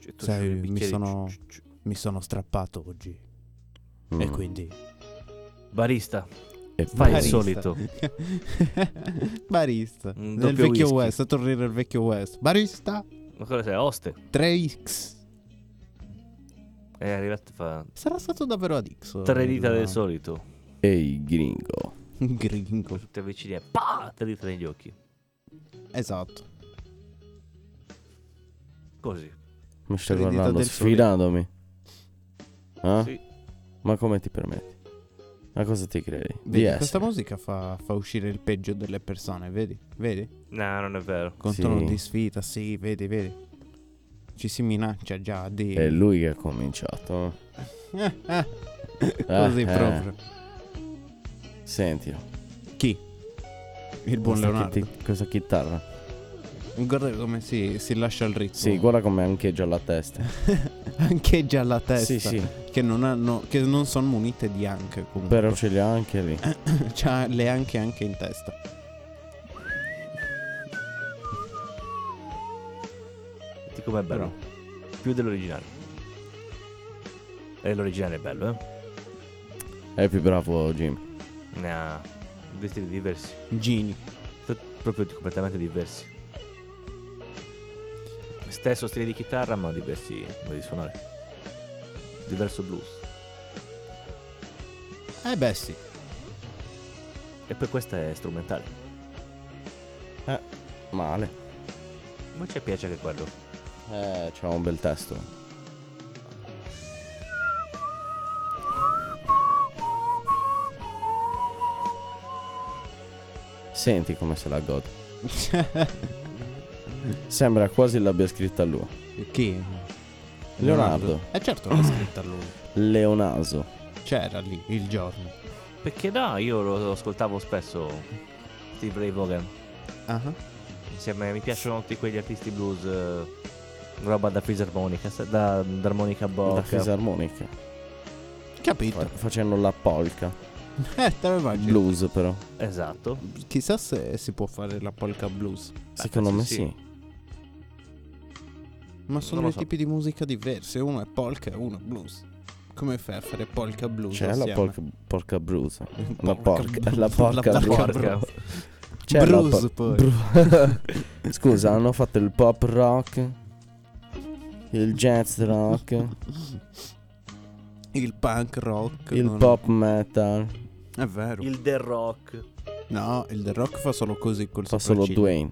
[SPEAKER 7] E tu
[SPEAKER 4] Sai,
[SPEAKER 7] asciughi i
[SPEAKER 4] mi
[SPEAKER 7] bicchieri.
[SPEAKER 4] sono- mi sono strappato oggi. E quindi...
[SPEAKER 7] Barista,
[SPEAKER 5] E
[SPEAKER 7] fai Mm. il
[SPEAKER 4] Barista.
[SPEAKER 7] solito.
[SPEAKER 4] [LAUGHS] Barista.
[SPEAKER 7] Un
[SPEAKER 4] del
[SPEAKER 7] doppio
[SPEAKER 4] vecchio
[SPEAKER 7] whisky.
[SPEAKER 4] West, a tornare il vecchio West. Barista
[SPEAKER 7] Ma cosa sei? Oste.
[SPEAKER 4] 3X.
[SPEAKER 7] È arrivato e fa
[SPEAKER 4] Sarà stato davvero ad X.
[SPEAKER 7] tre dita
[SPEAKER 4] il-
[SPEAKER 7] del solito.
[SPEAKER 5] Ehi, gringo.
[SPEAKER 4] [LAUGHS] Gringo.
[SPEAKER 7] Tutti avvicini e pa! Tre dita negli occhi.
[SPEAKER 4] Esatto.
[SPEAKER 7] Così.
[SPEAKER 5] Mi
[SPEAKER 4] Tre
[SPEAKER 5] stai
[SPEAKER 4] dita
[SPEAKER 5] guardando,
[SPEAKER 4] del
[SPEAKER 5] sfidandomi. Ah?
[SPEAKER 7] Sì.
[SPEAKER 5] Ma come ti permetti? Ma cosa ti credi? Di
[SPEAKER 4] Vedi, questa
[SPEAKER 5] essere.
[SPEAKER 4] musica fa, fa uscire il peggio delle persone, vedi? Vedi?
[SPEAKER 7] No, non è vero.
[SPEAKER 4] Con
[SPEAKER 5] Sì.
[SPEAKER 4] tono di sfida, sì, vedi, vedi. Ci si minaccia già di... [LAUGHS]
[SPEAKER 5] È lui che ha cominciato.
[SPEAKER 4] Eh,
[SPEAKER 7] Ah,
[SPEAKER 4] eh. Così
[SPEAKER 5] eh.
[SPEAKER 4] proprio.
[SPEAKER 5] eh. Sentilo.
[SPEAKER 4] Chi? Il buon
[SPEAKER 5] Questa
[SPEAKER 4] Leonardo.
[SPEAKER 5] chitti- questa chitarra.
[SPEAKER 4] Guarda come si, si lascia il ritmo. [LAUGHS]
[SPEAKER 5] Sì, guarda come ancheggia la testa.
[SPEAKER 4] Anche già la testa. Ecco.
[SPEAKER 5] Sì, sì.
[SPEAKER 4] Che non hanno... Che non sono munite di anche comunque.
[SPEAKER 5] Però ce li ha anche lì.
[SPEAKER 4] [LAUGHS] C'ha le anche anche in testa.
[SPEAKER 7] Senti com'è bello.
[SPEAKER 4] Però.
[SPEAKER 7] Più dell'originale. E l'originale è bello, eh?
[SPEAKER 5] È più bravo Jim.
[SPEAKER 7] No. Vestiti diversi.
[SPEAKER 4] Gini.
[SPEAKER 7] T- Proprio completamente diversi. Stesso stile di chitarra, ma diversi modi di suonare. Diverso blues.
[SPEAKER 4] Eh beh sì. [LAUGHS]
[SPEAKER 7] E poi questa è strumentale.
[SPEAKER 5] Male.
[SPEAKER 7] Ma ci piace che quello.
[SPEAKER 5] Eh, c'ha un bel testo. Senti come se la gode. Sembra quasi l'abbia scritta lui.
[SPEAKER 4] Chi?
[SPEAKER 5] Leonardo.
[SPEAKER 4] Eh certo l'ha scritta lui.
[SPEAKER 5] Leonaso.
[SPEAKER 4] C'era lì il giorno.
[SPEAKER 7] Perché no, io lo, lo ascoltavo spesso. Steve Ray Vaughan.
[SPEAKER 4] Ah.
[SPEAKER 7] Insieme mi piacciono tutti quegli artisti blues. eh, roba da fisarmonica, sa- da, da armonica a
[SPEAKER 5] La
[SPEAKER 7] bocca.
[SPEAKER 5] fisarmonica.
[SPEAKER 4] Capito.
[SPEAKER 5] Facendo la polca.
[SPEAKER 4] Eh, te lo immagini.
[SPEAKER 5] Blues però.
[SPEAKER 7] esatto.
[SPEAKER 4] Chissà se si può fare la polka blues.
[SPEAKER 5] Secondo me
[SPEAKER 7] penso
[SPEAKER 5] sì.
[SPEAKER 7] sì.
[SPEAKER 4] Ma sono
[SPEAKER 7] Non lo
[SPEAKER 4] due
[SPEAKER 7] so.
[SPEAKER 4] tipi di musica diversi. Uno è polka e uno è blues. Come fai a fare polka blues?
[SPEAKER 5] C'è la
[SPEAKER 4] assieme?
[SPEAKER 5] polca, porca brusa. La
[SPEAKER 4] Porca
[SPEAKER 5] porca,
[SPEAKER 4] bru-
[SPEAKER 5] la porca
[SPEAKER 4] la
[SPEAKER 5] brusa.
[SPEAKER 4] porca
[SPEAKER 7] Porca.
[SPEAKER 5] C'è la
[SPEAKER 4] Bruce, poi.
[SPEAKER 5] bru- [LAUGHS] Scusa, hanno fatto il pop rock, il jazz rock,
[SPEAKER 4] Il punk rock.
[SPEAKER 5] il
[SPEAKER 4] non-
[SPEAKER 5] pop metal.
[SPEAKER 4] È vero.
[SPEAKER 7] Il The Rock.
[SPEAKER 4] No, il The Rock fa solo così col
[SPEAKER 5] Fa solo
[SPEAKER 4] sopracciglia.
[SPEAKER 5] Dwayne.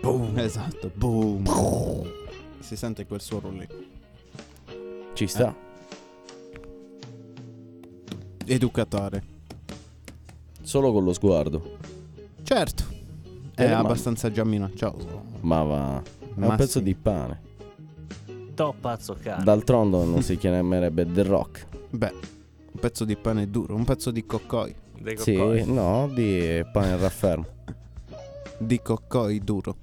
[SPEAKER 4] Boom. Esatto. Boom. Si sente quel suono lì.
[SPEAKER 5] Ci sta.
[SPEAKER 4] Educatore.
[SPEAKER 5] Solo con lo sguardo.
[SPEAKER 4] Certo. È
[SPEAKER 5] Eh, ma-
[SPEAKER 4] abbastanza già minaccioso.
[SPEAKER 5] Ma va. È
[SPEAKER 4] Ma
[SPEAKER 5] un pezzo
[SPEAKER 4] sì.
[SPEAKER 5] di pane.
[SPEAKER 7] To pazzo cane.
[SPEAKER 5] D'altronde non si chiamerebbe The Rock.
[SPEAKER 4] Beh, un pezzo di pane duro, un pezzo di coccoi.
[SPEAKER 7] Dei
[SPEAKER 5] Sì,
[SPEAKER 7] coccoi.
[SPEAKER 5] no, di pane al raffermo.
[SPEAKER 4] Di coccoi duro.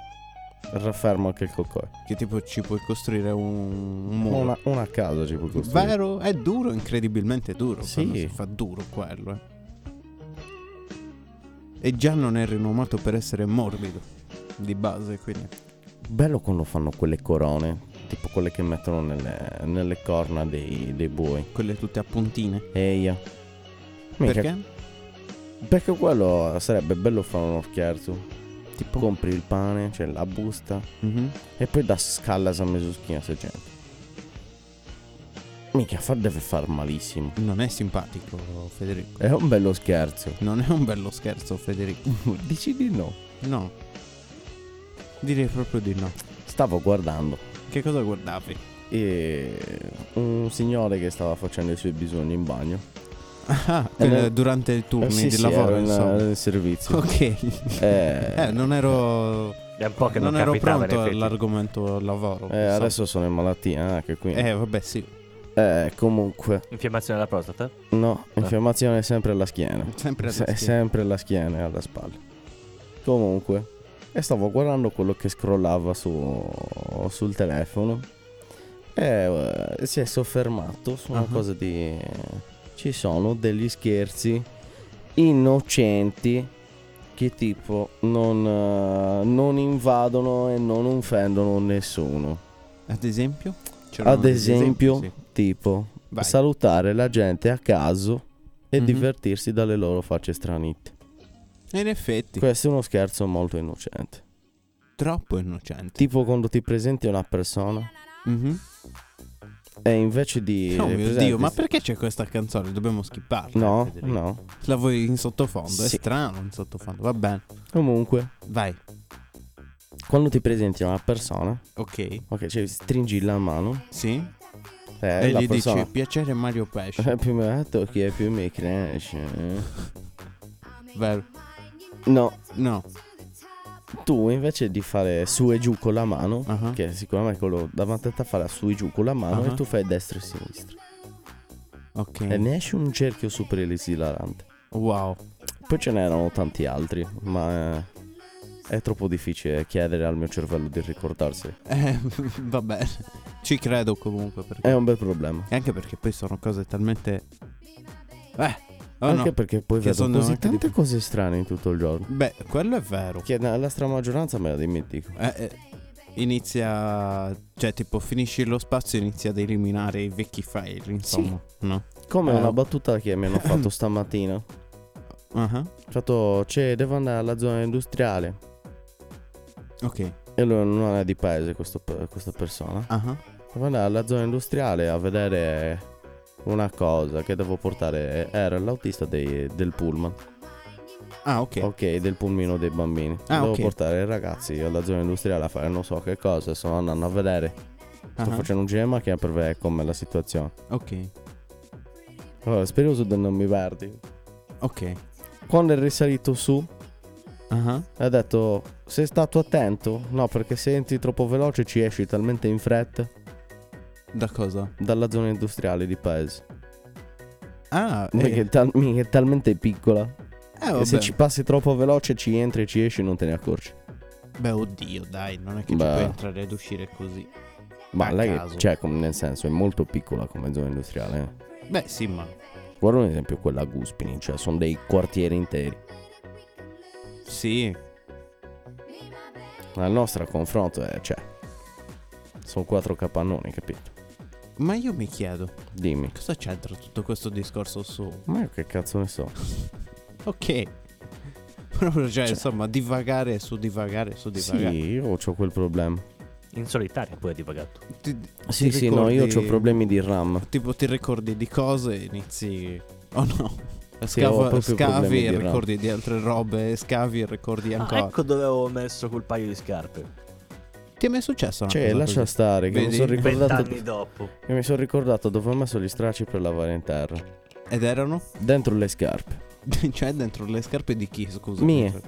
[SPEAKER 5] Il raffermo anche il coccoi.
[SPEAKER 4] Che tipo ci puoi costruire un, un muro.
[SPEAKER 5] Una, una casa ci puoi costruire.
[SPEAKER 4] Vero? È duro, incredibilmente duro.
[SPEAKER 5] Sì.
[SPEAKER 4] quando si fa duro quello. eh. E già non è rinomato per essere morbido. Di base, quindi.
[SPEAKER 5] Bello quando fanno quelle corone, tipo quelle che mettono nelle, nelle corna dei, dei buoi.
[SPEAKER 4] Quelle tutte a puntine.
[SPEAKER 5] Eia. Mica-
[SPEAKER 4] Perché?
[SPEAKER 5] Perché quello sarebbe bello fare uno scherzo.
[SPEAKER 4] Tipo.
[SPEAKER 5] Compri il pane, c'è la busta,
[SPEAKER 4] Mhm.
[SPEAKER 5] e poi da scalla a mesuschina se gente. Mica fa deve far malissimo.
[SPEAKER 4] Non è simpatico, Federico.
[SPEAKER 5] È un bello scherzo.
[SPEAKER 4] Non è un bello scherzo, Federico. [LAUGHS]
[SPEAKER 5] Dici di no.
[SPEAKER 4] No. Direi proprio di no.
[SPEAKER 5] Stavo guardando
[SPEAKER 4] Che cosa guardavi? [LAUGHS]
[SPEAKER 5] e un signore che stava facendo i suoi bisogni in bagno.
[SPEAKER 4] Ah,
[SPEAKER 5] Eh,
[SPEAKER 4] per-
[SPEAKER 5] no.
[SPEAKER 4] durante i turni
[SPEAKER 5] Eh, sì,
[SPEAKER 4] di
[SPEAKER 5] sì,
[SPEAKER 4] lavoro,
[SPEAKER 5] era in-
[SPEAKER 4] insomma.
[SPEAKER 5] in servizio.
[SPEAKER 4] Ok.
[SPEAKER 5] Eh,
[SPEAKER 4] Eh, non ero.
[SPEAKER 7] È un po' che non,
[SPEAKER 4] non ero
[SPEAKER 7] capitava,
[SPEAKER 4] pronto
[SPEAKER 7] in effetti.
[SPEAKER 4] all'argomento lavoro.
[SPEAKER 5] eh,
[SPEAKER 4] insomma.
[SPEAKER 5] adesso sono in malattia anche qui. Eh,
[SPEAKER 4] Eh, vabbè, sì. [LAUGHS]
[SPEAKER 5] comunque,
[SPEAKER 7] Infiammazione della prostata?
[SPEAKER 5] no, infiammazione è sempre alla schiena.
[SPEAKER 4] Sempre
[SPEAKER 5] Se-
[SPEAKER 4] alla
[SPEAKER 5] È
[SPEAKER 4] schiena.
[SPEAKER 5] sempre alla schiena e alla spalla. Comunque, e stavo guardando quello che scrollava su, sul telefono e eh, si è soffermato su una
[SPEAKER 4] Ah.
[SPEAKER 5] cosa di... Ci sono degli scherzi innocenti che tipo non, eh, non invadono e non offendono nessuno.
[SPEAKER 4] Ad esempio? C'erano
[SPEAKER 5] Ad
[SPEAKER 4] degli
[SPEAKER 5] esempio,
[SPEAKER 4] esempi?
[SPEAKER 5] tipo
[SPEAKER 4] Sì. Vai.
[SPEAKER 5] salutare la gente a caso e
[SPEAKER 4] Mhm.
[SPEAKER 5] divertirsi dalle loro facce stranite.
[SPEAKER 4] E in effetti,
[SPEAKER 5] Questo è uno scherzo molto innocente.
[SPEAKER 4] troppo innocenti.
[SPEAKER 5] Tipo quando ti Mm-hmm. presenti una persona
[SPEAKER 4] Mhm.
[SPEAKER 5] e invece di...
[SPEAKER 4] Oh mio
[SPEAKER 5] presenti-
[SPEAKER 4] dio, ma perché c'è questa canzone? Dobbiamo skipparla. eh,
[SPEAKER 5] No,
[SPEAKER 4] Federico.
[SPEAKER 5] no.
[SPEAKER 4] La vuoi in sottofondo? È
[SPEAKER 5] Sì.
[SPEAKER 4] strano in sottofondo. Va bene.
[SPEAKER 5] Comunque,
[SPEAKER 4] Vai.
[SPEAKER 5] quando ti presenti a una persona,
[SPEAKER 4] Ok.
[SPEAKER 5] ok, cioè stringi la mano
[SPEAKER 4] Sì.
[SPEAKER 5] e,
[SPEAKER 4] E
[SPEAKER 5] Eh, la
[SPEAKER 4] gli
[SPEAKER 5] persona...
[SPEAKER 4] dici piacere Mario Pesce.
[SPEAKER 5] Eh, più mi ha tocchi e più mi cresce.
[SPEAKER 4] Vero.
[SPEAKER 5] No,
[SPEAKER 4] No.
[SPEAKER 5] tu invece di fare su e giù con la mano,
[SPEAKER 4] Ah.
[SPEAKER 5] che sicuramente quello davanti a te fa su e giù con la mano,
[SPEAKER 4] Ah.
[SPEAKER 5] e tu fai destra e sinistra.
[SPEAKER 4] Ok.
[SPEAKER 5] E ne esce un cerchio super esilarante.
[SPEAKER 4] Wow. [LAUGHS]
[SPEAKER 5] Poi ce n'erano tanti altri, ma eh, è troppo difficile chiedere al mio cervello di ricordarsi.
[SPEAKER 4] Eh, va bene. Ci credo comunque perché...
[SPEAKER 5] È un bel problema.
[SPEAKER 4] E anche perché poi sono cose talmente... Eh. Oh
[SPEAKER 5] Anche
[SPEAKER 4] no.
[SPEAKER 5] perché poi
[SPEAKER 4] Che
[SPEAKER 5] vedo
[SPEAKER 4] sono
[SPEAKER 5] così
[SPEAKER 4] anche di
[SPEAKER 5] tante
[SPEAKER 4] più.
[SPEAKER 5] cose strane in tutto il giorno.
[SPEAKER 4] Beh, quello è vero.
[SPEAKER 5] Che na- la stramaggioranza me la dimentico.
[SPEAKER 4] Eh, eh, inizia... Cioè, tipo, finisci lo spazio e inizia ad eliminare i vecchi file, insomma. No?
[SPEAKER 5] Come
[SPEAKER 4] Eh.
[SPEAKER 5] una battuta che mi
[SPEAKER 4] [LAUGHS]
[SPEAKER 5] hanno fatto stamattina.
[SPEAKER 4] Ah,
[SPEAKER 5] Ho fatto, cioè, devo andare alla zona industriale.
[SPEAKER 4] Ok.
[SPEAKER 5] E lui non è di paese questo pe- questa persona.
[SPEAKER 4] Ah,
[SPEAKER 5] Devo andare alla zona industriale a vedere una cosa che devo portare. Era l'autista dei- del pullman.
[SPEAKER 4] Ah, ok.
[SPEAKER 5] Ok, del pulmino dei bambini.
[SPEAKER 4] Ah,
[SPEAKER 5] Devo
[SPEAKER 4] ok.
[SPEAKER 5] portare i ragazzi alla zona industriale a fare non so che cosa. Sto andando a vedere. Sto
[SPEAKER 4] Ah,
[SPEAKER 5] facendo un giro in macchina per vedere com'è la situazione.
[SPEAKER 4] Ok.
[SPEAKER 5] Allora, spero su del non mi perdi.
[SPEAKER 4] Ok.
[SPEAKER 5] Quando è risalito su,
[SPEAKER 4] Ah,
[SPEAKER 5] ha detto: Sei stato attento? No, perché se entri troppo veloce ci esci talmente in fretta
[SPEAKER 4] Da cosa?
[SPEAKER 5] dalla zona industriale di paese.
[SPEAKER 4] Ah, eh,
[SPEAKER 5] Perché è, tal- mica è talmente piccola.
[SPEAKER 4] eh,
[SPEAKER 5] che se
[SPEAKER 4] vabbè.
[SPEAKER 5] ci passi troppo veloce, ci entri e ci esci non te ne accorgi.
[SPEAKER 4] Beh, oddio, dai, non è che
[SPEAKER 5] Beh.
[SPEAKER 4] ci puoi entrare ed uscire così.
[SPEAKER 5] Ma
[SPEAKER 4] A
[SPEAKER 5] lei,
[SPEAKER 4] caso.
[SPEAKER 5] cioè, com- nel senso, è molto piccola come zona industriale. eh.
[SPEAKER 4] Beh, sì, ma
[SPEAKER 5] Guarda un esempio quella a Guspini, cioè sono dei quartieri interi.
[SPEAKER 4] sì,
[SPEAKER 5] La nostra a confronto è, cioè, sono quattro capannoni, capito?
[SPEAKER 4] ma io mi chiedo,
[SPEAKER 5] Dimmi.
[SPEAKER 4] cosa c'entra tutto questo discorso su
[SPEAKER 5] Ma io che cazzo ne so?
[SPEAKER 4] Ok. [LAUGHS] Proprio cioè, insomma, divagare su divagare su
[SPEAKER 5] Sì,
[SPEAKER 4] divagare.
[SPEAKER 5] io ho quel problema.
[SPEAKER 7] In solitaria poi ha divagato.
[SPEAKER 4] Ti-
[SPEAKER 5] Sì,
[SPEAKER 4] ti
[SPEAKER 5] sì, no, io
[SPEAKER 4] ricordi-
[SPEAKER 5] ho problemi di RAM.
[SPEAKER 4] Tipo ti ricordi di cose e inizi Oh no.
[SPEAKER 5] Sì, ho
[SPEAKER 4] Scava-
[SPEAKER 5] proprio problemi
[SPEAKER 4] scavi
[SPEAKER 5] di
[SPEAKER 4] e
[SPEAKER 5] RAM.
[SPEAKER 4] ricordi di altre robe, scavi e ricordi ancora.
[SPEAKER 7] ecco dove avevo messo quel paio di scarpe.
[SPEAKER 4] Ti è mai successo una
[SPEAKER 5] Cioè,
[SPEAKER 4] cosa
[SPEAKER 5] lascia
[SPEAKER 4] così?
[SPEAKER 5] stare, che
[SPEAKER 4] Vedi?
[SPEAKER 5] mi sono ricordato.
[SPEAKER 7] Vent'anni dopo.
[SPEAKER 5] che mi sono ricordato dove ho messo gli stracci per lavare in terra.
[SPEAKER 4] Ed erano? [LAUGHS]
[SPEAKER 5] Dentro le scarpe.
[SPEAKER 4] cioè dentro le scarpe di chi, scusa?
[SPEAKER 5] Mie.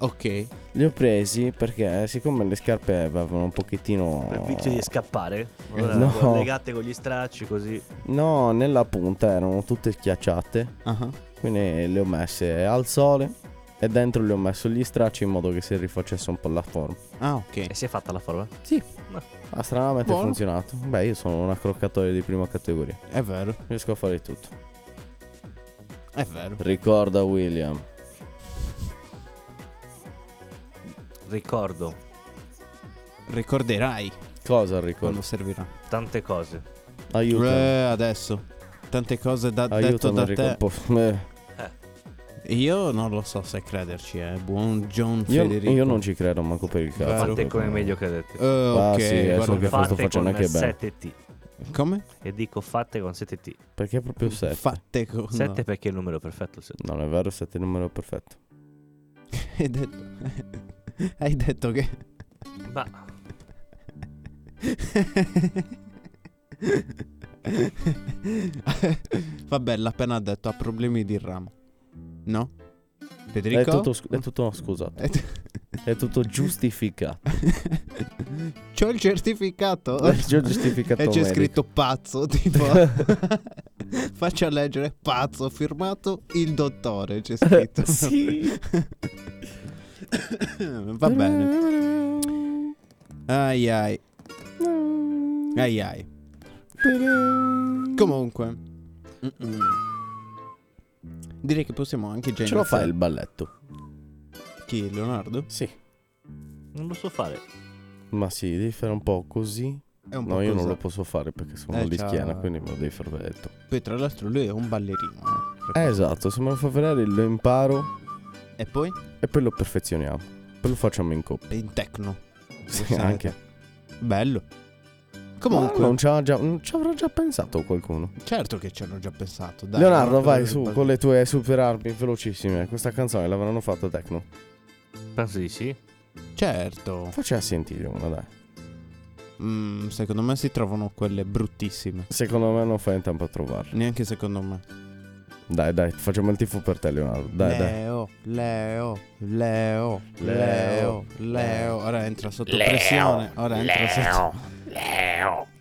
[SPEAKER 4] Ok.
[SPEAKER 5] Li ho presi perché, eh, siccome le scarpe avevano un
[SPEAKER 7] Per
[SPEAKER 5] pochettino.
[SPEAKER 7] vizio di scappare. Allora,
[SPEAKER 5] Eh, No.
[SPEAKER 7] Legate con gli stracci così.
[SPEAKER 5] No, nella punta erano tutte schiacciate.
[SPEAKER 4] Ah ah.
[SPEAKER 5] Quindi le ho messe al sole e dentro le ho messo gli stracci in modo che si rifacesse un po' la forma.
[SPEAKER 4] Ah, ok.
[SPEAKER 7] E si è fatta la forma?
[SPEAKER 5] Sì.
[SPEAKER 7] Ma-
[SPEAKER 5] Ha stranamente
[SPEAKER 4] Buono.
[SPEAKER 5] funzionato. Beh, io sono un accroccatore di prima categoria.
[SPEAKER 4] È vero,
[SPEAKER 5] Riesco a fare tutto.
[SPEAKER 4] è vero.
[SPEAKER 5] Ricorda William.
[SPEAKER 7] Ricordo
[SPEAKER 4] Ricorderai
[SPEAKER 5] Cosa
[SPEAKER 4] quando
[SPEAKER 5] ricordo?
[SPEAKER 4] servirà.
[SPEAKER 7] tante cose.
[SPEAKER 5] Aiuto.
[SPEAKER 4] Eh, adesso. Tante cose da, detto
[SPEAKER 5] Aiutami
[SPEAKER 4] da
[SPEAKER 5] a
[SPEAKER 4] te.
[SPEAKER 5] ricomporre.
[SPEAKER 4] Io non lo so se crederci, eh. Buon John
[SPEAKER 5] Io,
[SPEAKER 4] Federico.
[SPEAKER 5] io non ci credo manco per il cazzo.
[SPEAKER 4] Vero.
[SPEAKER 7] Fatte come meglio che detto.
[SPEAKER 4] Eh, ok,
[SPEAKER 5] Ah, sì, Ah, eh,
[SPEAKER 4] guarda-
[SPEAKER 5] so che fa- sto
[SPEAKER 7] Fatte
[SPEAKER 5] facendo
[SPEAKER 7] con
[SPEAKER 5] anche bene.
[SPEAKER 7] 7T.
[SPEAKER 4] Come?
[SPEAKER 7] E dico fatte con 7T.
[SPEAKER 5] Perché è proprio 7?
[SPEAKER 4] Fatte con...
[SPEAKER 7] 7 perché è il numero perfetto. il sette.
[SPEAKER 5] Non è vero, 7 è il numero perfetto.
[SPEAKER 4] [LAUGHS] Hai detto... [LAUGHS] Hai detto che... [LAUGHS]
[SPEAKER 7] Ma
[SPEAKER 4] Vabbè, l'ha appena detto, ha problemi di ramo. No? Federico? Eh,
[SPEAKER 5] È tutto, scu- è tutto no,
[SPEAKER 4] [LAUGHS]
[SPEAKER 5] scusate.
[SPEAKER 4] È tu-
[SPEAKER 5] È tutto
[SPEAKER 4] [LAUGHS]
[SPEAKER 5] giustificato.
[SPEAKER 4] C'ho il certificato.
[SPEAKER 5] C'è [LAUGHS] il giustificato
[SPEAKER 4] E c'è
[SPEAKER 5] medico.
[SPEAKER 4] scritto pazzo, tipo... [LAUGHS] Faccia leggere pazzo, firmato il dottore,
[SPEAKER 5] [LAUGHS]
[SPEAKER 4] c'è scritto.
[SPEAKER 5] Sì.
[SPEAKER 4] Va bene. Ai ai. Ai ai. Comunque. Mm-mm. Direi che possiamo anche già
[SPEAKER 5] Ce lo fai
[SPEAKER 4] iniziare.
[SPEAKER 5] il balletto?
[SPEAKER 4] Chi, Leonardo?
[SPEAKER 5] Sì.
[SPEAKER 7] non lo so fare.
[SPEAKER 5] Ma sì, devi fare un po' così.
[SPEAKER 4] È un
[SPEAKER 5] No, io non
[SPEAKER 4] cosa.
[SPEAKER 5] lo posso fare perché sono
[SPEAKER 4] Eh,
[SPEAKER 5] di
[SPEAKER 4] ciao.
[SPEAKER 5] schiena, quindi me lo devi far vedetto.
[SPEAKER 4] Poi tra l'altro lui è un ballerino. eh.
[SPEAKER 5] Eh, esatto, se me lo fa vedere lo imparo
[SPEAKER 4] E poi?
[SPEAKER 5] e poi lo perfezioniamo. Poi lo facciamo in coppia.
[SPEAKER 4] In tecno.
[SPEAKER 5] Sì,
[SPEAKER 4] Possiamo-
[SPEAKER 5] anche.
[SPEAKER 4] Bello.
[SPEAKER 5] Comunque,
[SPEAKER 4] Comunque,
[SPEAKER 5] non ci avrà già, non ci avrà già pensato qualcuno.
[SPEAKER 4] certo che ci hanno già pensato. Dai, eh,
[SPEAKER 5] Leonardo,
[SPEAKER 4] non-
[SPEAKER 5] vai su con le tue super armi velocissime. Questa canzone l'avranno fatta Tecno.
[SPEAKER 7] Penso di sì.
[SPEAKER 4] Certo.
[SPEAKER 5] Faccia sentire una, dai.
[SPEAKER 4] Mm, secondo me si trovano quelle bruttissime.
[SPEAKER 5] Secondo me non fai in tempo a trovarla.
[SPEAKER 4] Neanche secondo me.
[SPEAKER 5] Dai, dai, facciamo il tifo per te, Leonardo. Dai, dai.
[SPEAKER 4] Leo, Leo, Leo, Leo,
[SPEAKER 5] Leo.
[SPEAKER 4] Leo. Ora entra sotto pressione. Ora entra sotto.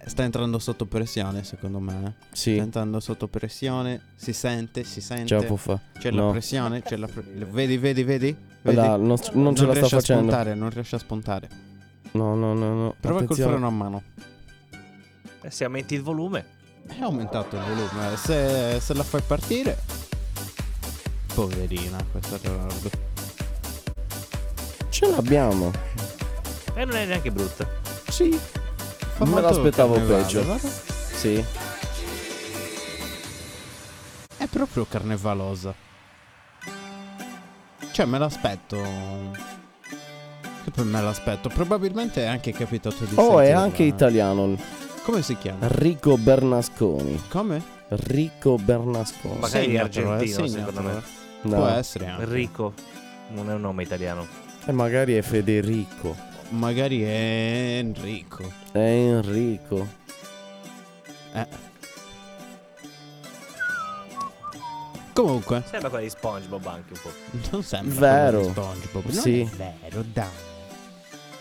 [SPEAKER 4] Sta entrando sotto pressione, secondo me. eh. Sta
[SPEAKER 5] Sì,
[SPEAKER 4] entrando sotto pressione. Si sente, si
[SPEAKER 5] ce la può
[SPEAKER 4] sente.
[SPEAKER 5] fare.
[SPEAKER 4] C'è la
[SPEAKER 5] no.
[SPEAKER 4] pressione, c'è la pre- Vedi, vedi, vedi? Vedi?
[SPEAKER 5] Guarda, non, non ce la sta
[SPEAKER 4] riesce a
[SPEAKER 5] facendo.
[SPEAKER 4] spuntare, non riesce a spuntare.
[SPEAKER 5] No, no, no, no.
[SPEAKER 4] Prova
[SPEAKER 5] Attenzione.
[SPEAKER 4] col freno a mano.
[SPEAKER 7] E Eh, se aumenti il volume.
[SPEAKER 4] È aumentato il volume. eh. Se, se la fai partire. Poverina questa Leonardo.
[SPEAKER 5] Ce l'abbiamo.
[SPEAKER 7] E non è neanche brutta.
[SPEAKER 5] Sì. Me
[SPEAKER 4] molto
[SPEAKER 5] l'aspettavo
[SPEAKER 4] carnevale,
[SPEAKER 5] peggio.
[SPEAKER 4] guarda.
[SPEAKER 5] Sì.
[SPEAKER 4] È proprio carnevalosa. Cioè, me l'aspetto. Che poi me l'aspetto. Probabilmente è anche capitato di
[SPEAKER 5] Oh, è
[SPEAKER 4] sentirla.
[SPEAKER 5] anche italiano.
[SPEAKER 4] Come si chiama?
[SPEAKER 5] Rico Bernasconi.
[SPEAKER 4] Come?
[SPEAKER 5] Rico Bernasconi.
[SPEAKER 7] Ma- Magari è
[SPEAKER 4] Segnatelo,
[SPEAKER 7] argentino,
[SPEAKER 4] eh,
[SPEAKER 7] secondo me.
[SPEAKER 4] segnatelo.
[SPEAKER 5] No.
[SPEAKER 4] Può essere anche.
[SPEAKER 7] Enrico. Non è un nome italiano.
[SPEAKER 5] E magari è Federico.
[SPEAKER 4] Magari è Enrico.
[SPEAKER 5] È Enrico.
[SPEAKER 4] Eh. Comunque,
[SPEAKER 7] Sembra quella di SpongeBob anche un po'.
[SPEAKER 4] non sembra
[SPEAKER 5] Vero.
[SPEAKER 4] quello di SpongeBob. Non
[SPEAKER 5] Sì.
[SPEAKER 4] è vero, dai.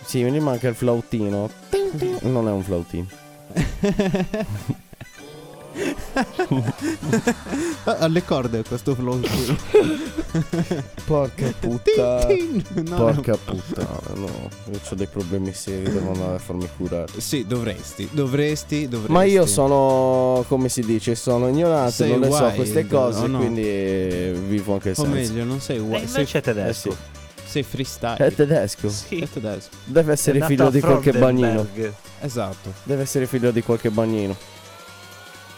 [SPEAKER 5] Sì, mi manca il flautino. Ting, ting. Non è un flautino.
[SPEAKER 4] Ah, Alle corde questo flow.
[SPEAKER 5] Porca
[SPEAKER 4] [LAUGHS] Tin, tin. No,
[SPEAKER 5] Porca
[SPEAKER 4] no.
[SPEAKER 5] puttana, no. Io ho dei problemi seri, devo andare a farmi curare.
[SPEAKER 4] Sì, dovresti, dovresti, dovresti.
[SPEAKER 5] Ma io sono, come si dice, sono ignorante,
[SPEAKER 4] Sei
[SPEAKER 5] non ne so
[SPEAKER 4] wild,
[SPEAKER 5] queste cose,
[SPEAKER 4] o no?
[SPEAKER 5] quindi eh, vivo anche
[SPEAKER 4] O
[SPEAKER 5] senza.
[SPEAKER 4] meglio, non sei
[SPEAKER 7] E
[SPEAKER 4] uguale. Sei,
[SPEAKER 7] invece è
[SPEAKER 5] Eh
[SPEAKER 7] tedesco.
[SPEAKER 5] sì,
[SPEAKER 4] sei freestyle.
[SPEAKER 5] è tedesco.
[SPEAKER 4] È tedesco.
[SPEAKER 5] Deve essere figlio di qualche bagnino.
[SPEAKER 7] bagnino.
[SPEAKER 4] Esatto.
[SPEAKER 5] Deve essere figlio di qualche bagnino.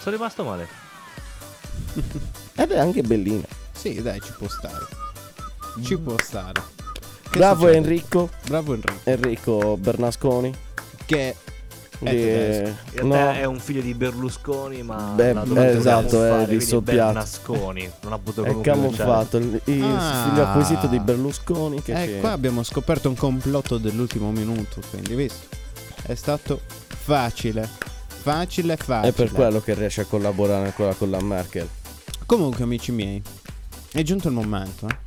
[SPEAKER 7] Sono rimasto male.
[SPEAKER 5] Ed è Eh anche bellina.
[SPEAKER 4] Sì, dai, ci può stare. Ci può stare. Che
[SPEAKER 5] Bravo
[SPEAKER 4] succede?
[SPEAKER 5] Enrico,
[SPEAKER 4] Bravo Enrico.
[SPEAKER 5] Enrico Bernasconi.
[SPEAKER 4] Che
[SPEAKER 5] Di-
[SPEAKER 4] tedesco.
[SPEAKER 7] In realtà
[SPEAKER 5] no,
[SPEAKER 7] è un figlio di Berlusconi, ma
[SPEAKER 5] Beh,
[SPEAKER 7] la dovuta
[SPEAKER 5] esatto, è
[SPEAKER 7] fare, quindi
[SPEAKER 5] dissoppiato.
[SPEAKER 7] Bernasconi. Non ha potuto
[SPEAKER 5] è
[SPEAKER 7] comunque pronunciare.
[SPEAKER 5] camuffato. Il, il
[SPEAKER 4] Ah.
[SPEAKER 5] figlio acquisito di Berlusconi. Che
[SPEAKER 4] Eh,
[SPEAKER 5] c'è.
[SPEAKER 4] qua abbiamo scoperto un complotto dell'ultimo minuto, quindi visto. È stato facile. Facile, facile.
[SPEAKER 5] È per quello che riesce a collaborare ancora con la Merkel.
[SPEAKER 4] Comunque, amici miei, è giunto il momento. eh.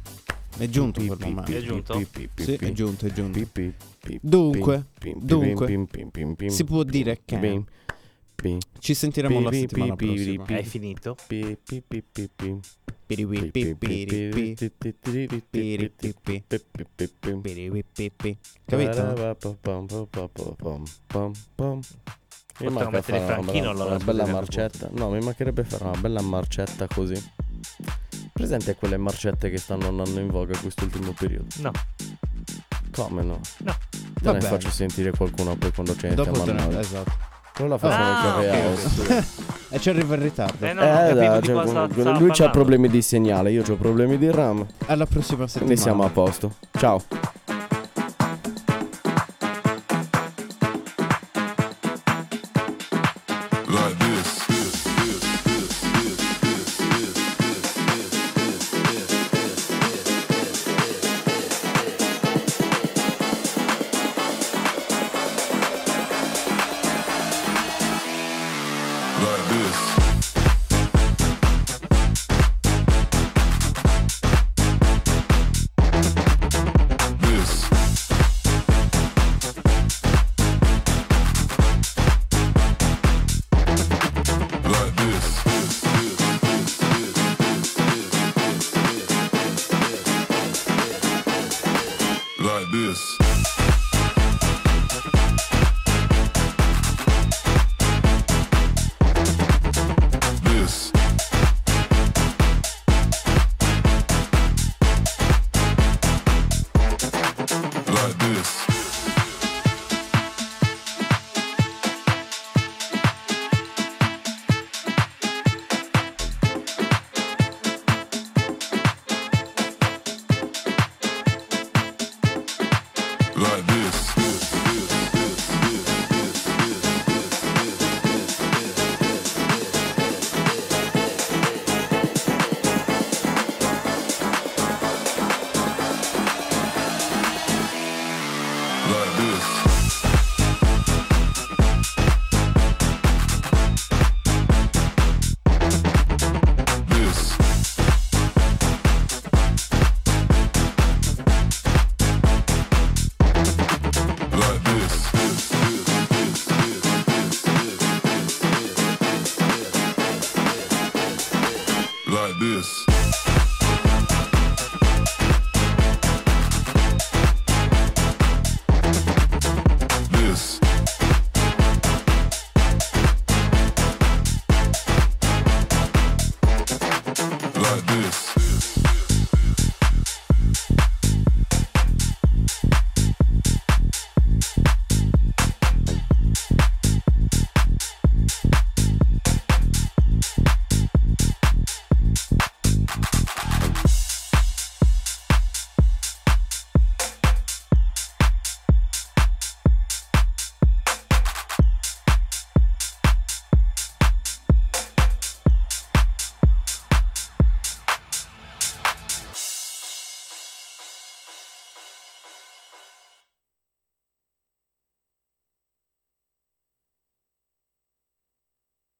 [SPEAKER 4] È giunto quel momento.
[SPEAKER 7] È giunto?
[SPEAKER 5] Pi, pi, pi,
[SPEAKER 4] Sì,
[SPEAKER 5] pi.
[SPEAKER 4] è giunto, è giunto.
[SPEAKER 5] Pi, pi, pi,
[SPEAKER 4] Dunque,
[SPEAKER 5] pi, pi, pi,
[SPEAKER 4] dunque,
[SPEAKER 5] pi, pi, pi, pi,
[SPEAKER 4] si può
[SPEAKER 5] pi,
[SPEAKER 4] dire che-
[SPEAKER 5] pi, pi,
[SPEAKER 4] Ci sentiremo la
[SPEAKER 5] Pi, pi,
[SPEAKER 4] settimana
[SPEAKER 5] pi, pi,
[SPEAKER 4] prossima.
[SPEAKER 5] pi.
[SPEAKER 7] Hai finito?
[SPEAKER 5] pi, pi, pi, pi, pi.
[SPEAKER 4] Piriwipipi, piripipi, piriwipipi.
[SPEAKER 5] Eh,
[SPEAKER 4] Capito?
[SPEAKER 5] Mi
[SPEAKER 7] Potremmo
[SPEAKER 5] manca
[SPEAKER 7] mettere
[SPEAKER 5] fare una bella,
[SPEAKER 7] Franchino, allora,
[SPEAKER 5] una
[SPEAKER 7] scusi,
[SPEAKER 5] bella
[SPEAKER 7] per
[SPEAKER 5] marcetta. No, mi mancherebbe fare una bella marcetta così. Presente quelle marcette che stanno andando in voga quest'ultimo periodo?
[SPEAKER 7] No,
[SPEAKER 5] Come no?
[SPEAKER 7] no.
[SPEAKER 5] Te
[SPEAKER 4] Va
[SPEAKER 5] ne
[SPEAKER 4] bene.
[SPEAKER 5] faccio sentire qualcuno poi quando c'è
[SPEAKER 4] Dopo
[SPEAKER 5] entriamo a
[SPEAKER 4] te ne-
[SPEAKER 5] noi.
[SPEAKER 4] esatto.
[SPEAKER 5] Non la facciamo
[SPEAKER 7] Ah,
[SPEAKER 5] anche
[SPEAKER 7] ok,
[SPEAKER 5] a
[SPEAKER 7] ok.
[SPEAKER 5] house.
[SPEAKER 4] E ci arriva in ritardo.
[SPEAKER 7] Eh no, non
[SPEAKER 5] Eh,
[SPEAKER 7] capivo
[SPEAKER 5] dai,
[SPEAKER 7] di
[SPEAKER 5] cioè, con-
[SPEAKER 7] cosa stava
[SPEAKER 5] lui c'ha
[SPEAKER 7] parlando.
[SPEAKER 5] problemi di segnale, io ho problemi di RAM.
[SPEAKER 4] Alla prossima settimana.
[SPEAKER 5] Ne siamo a posto. Ciao.
[SPEAKER 2] Like this. Like this. This. Like this. Like this. This. Like this. Like this. Like this. This. Like this. Like this.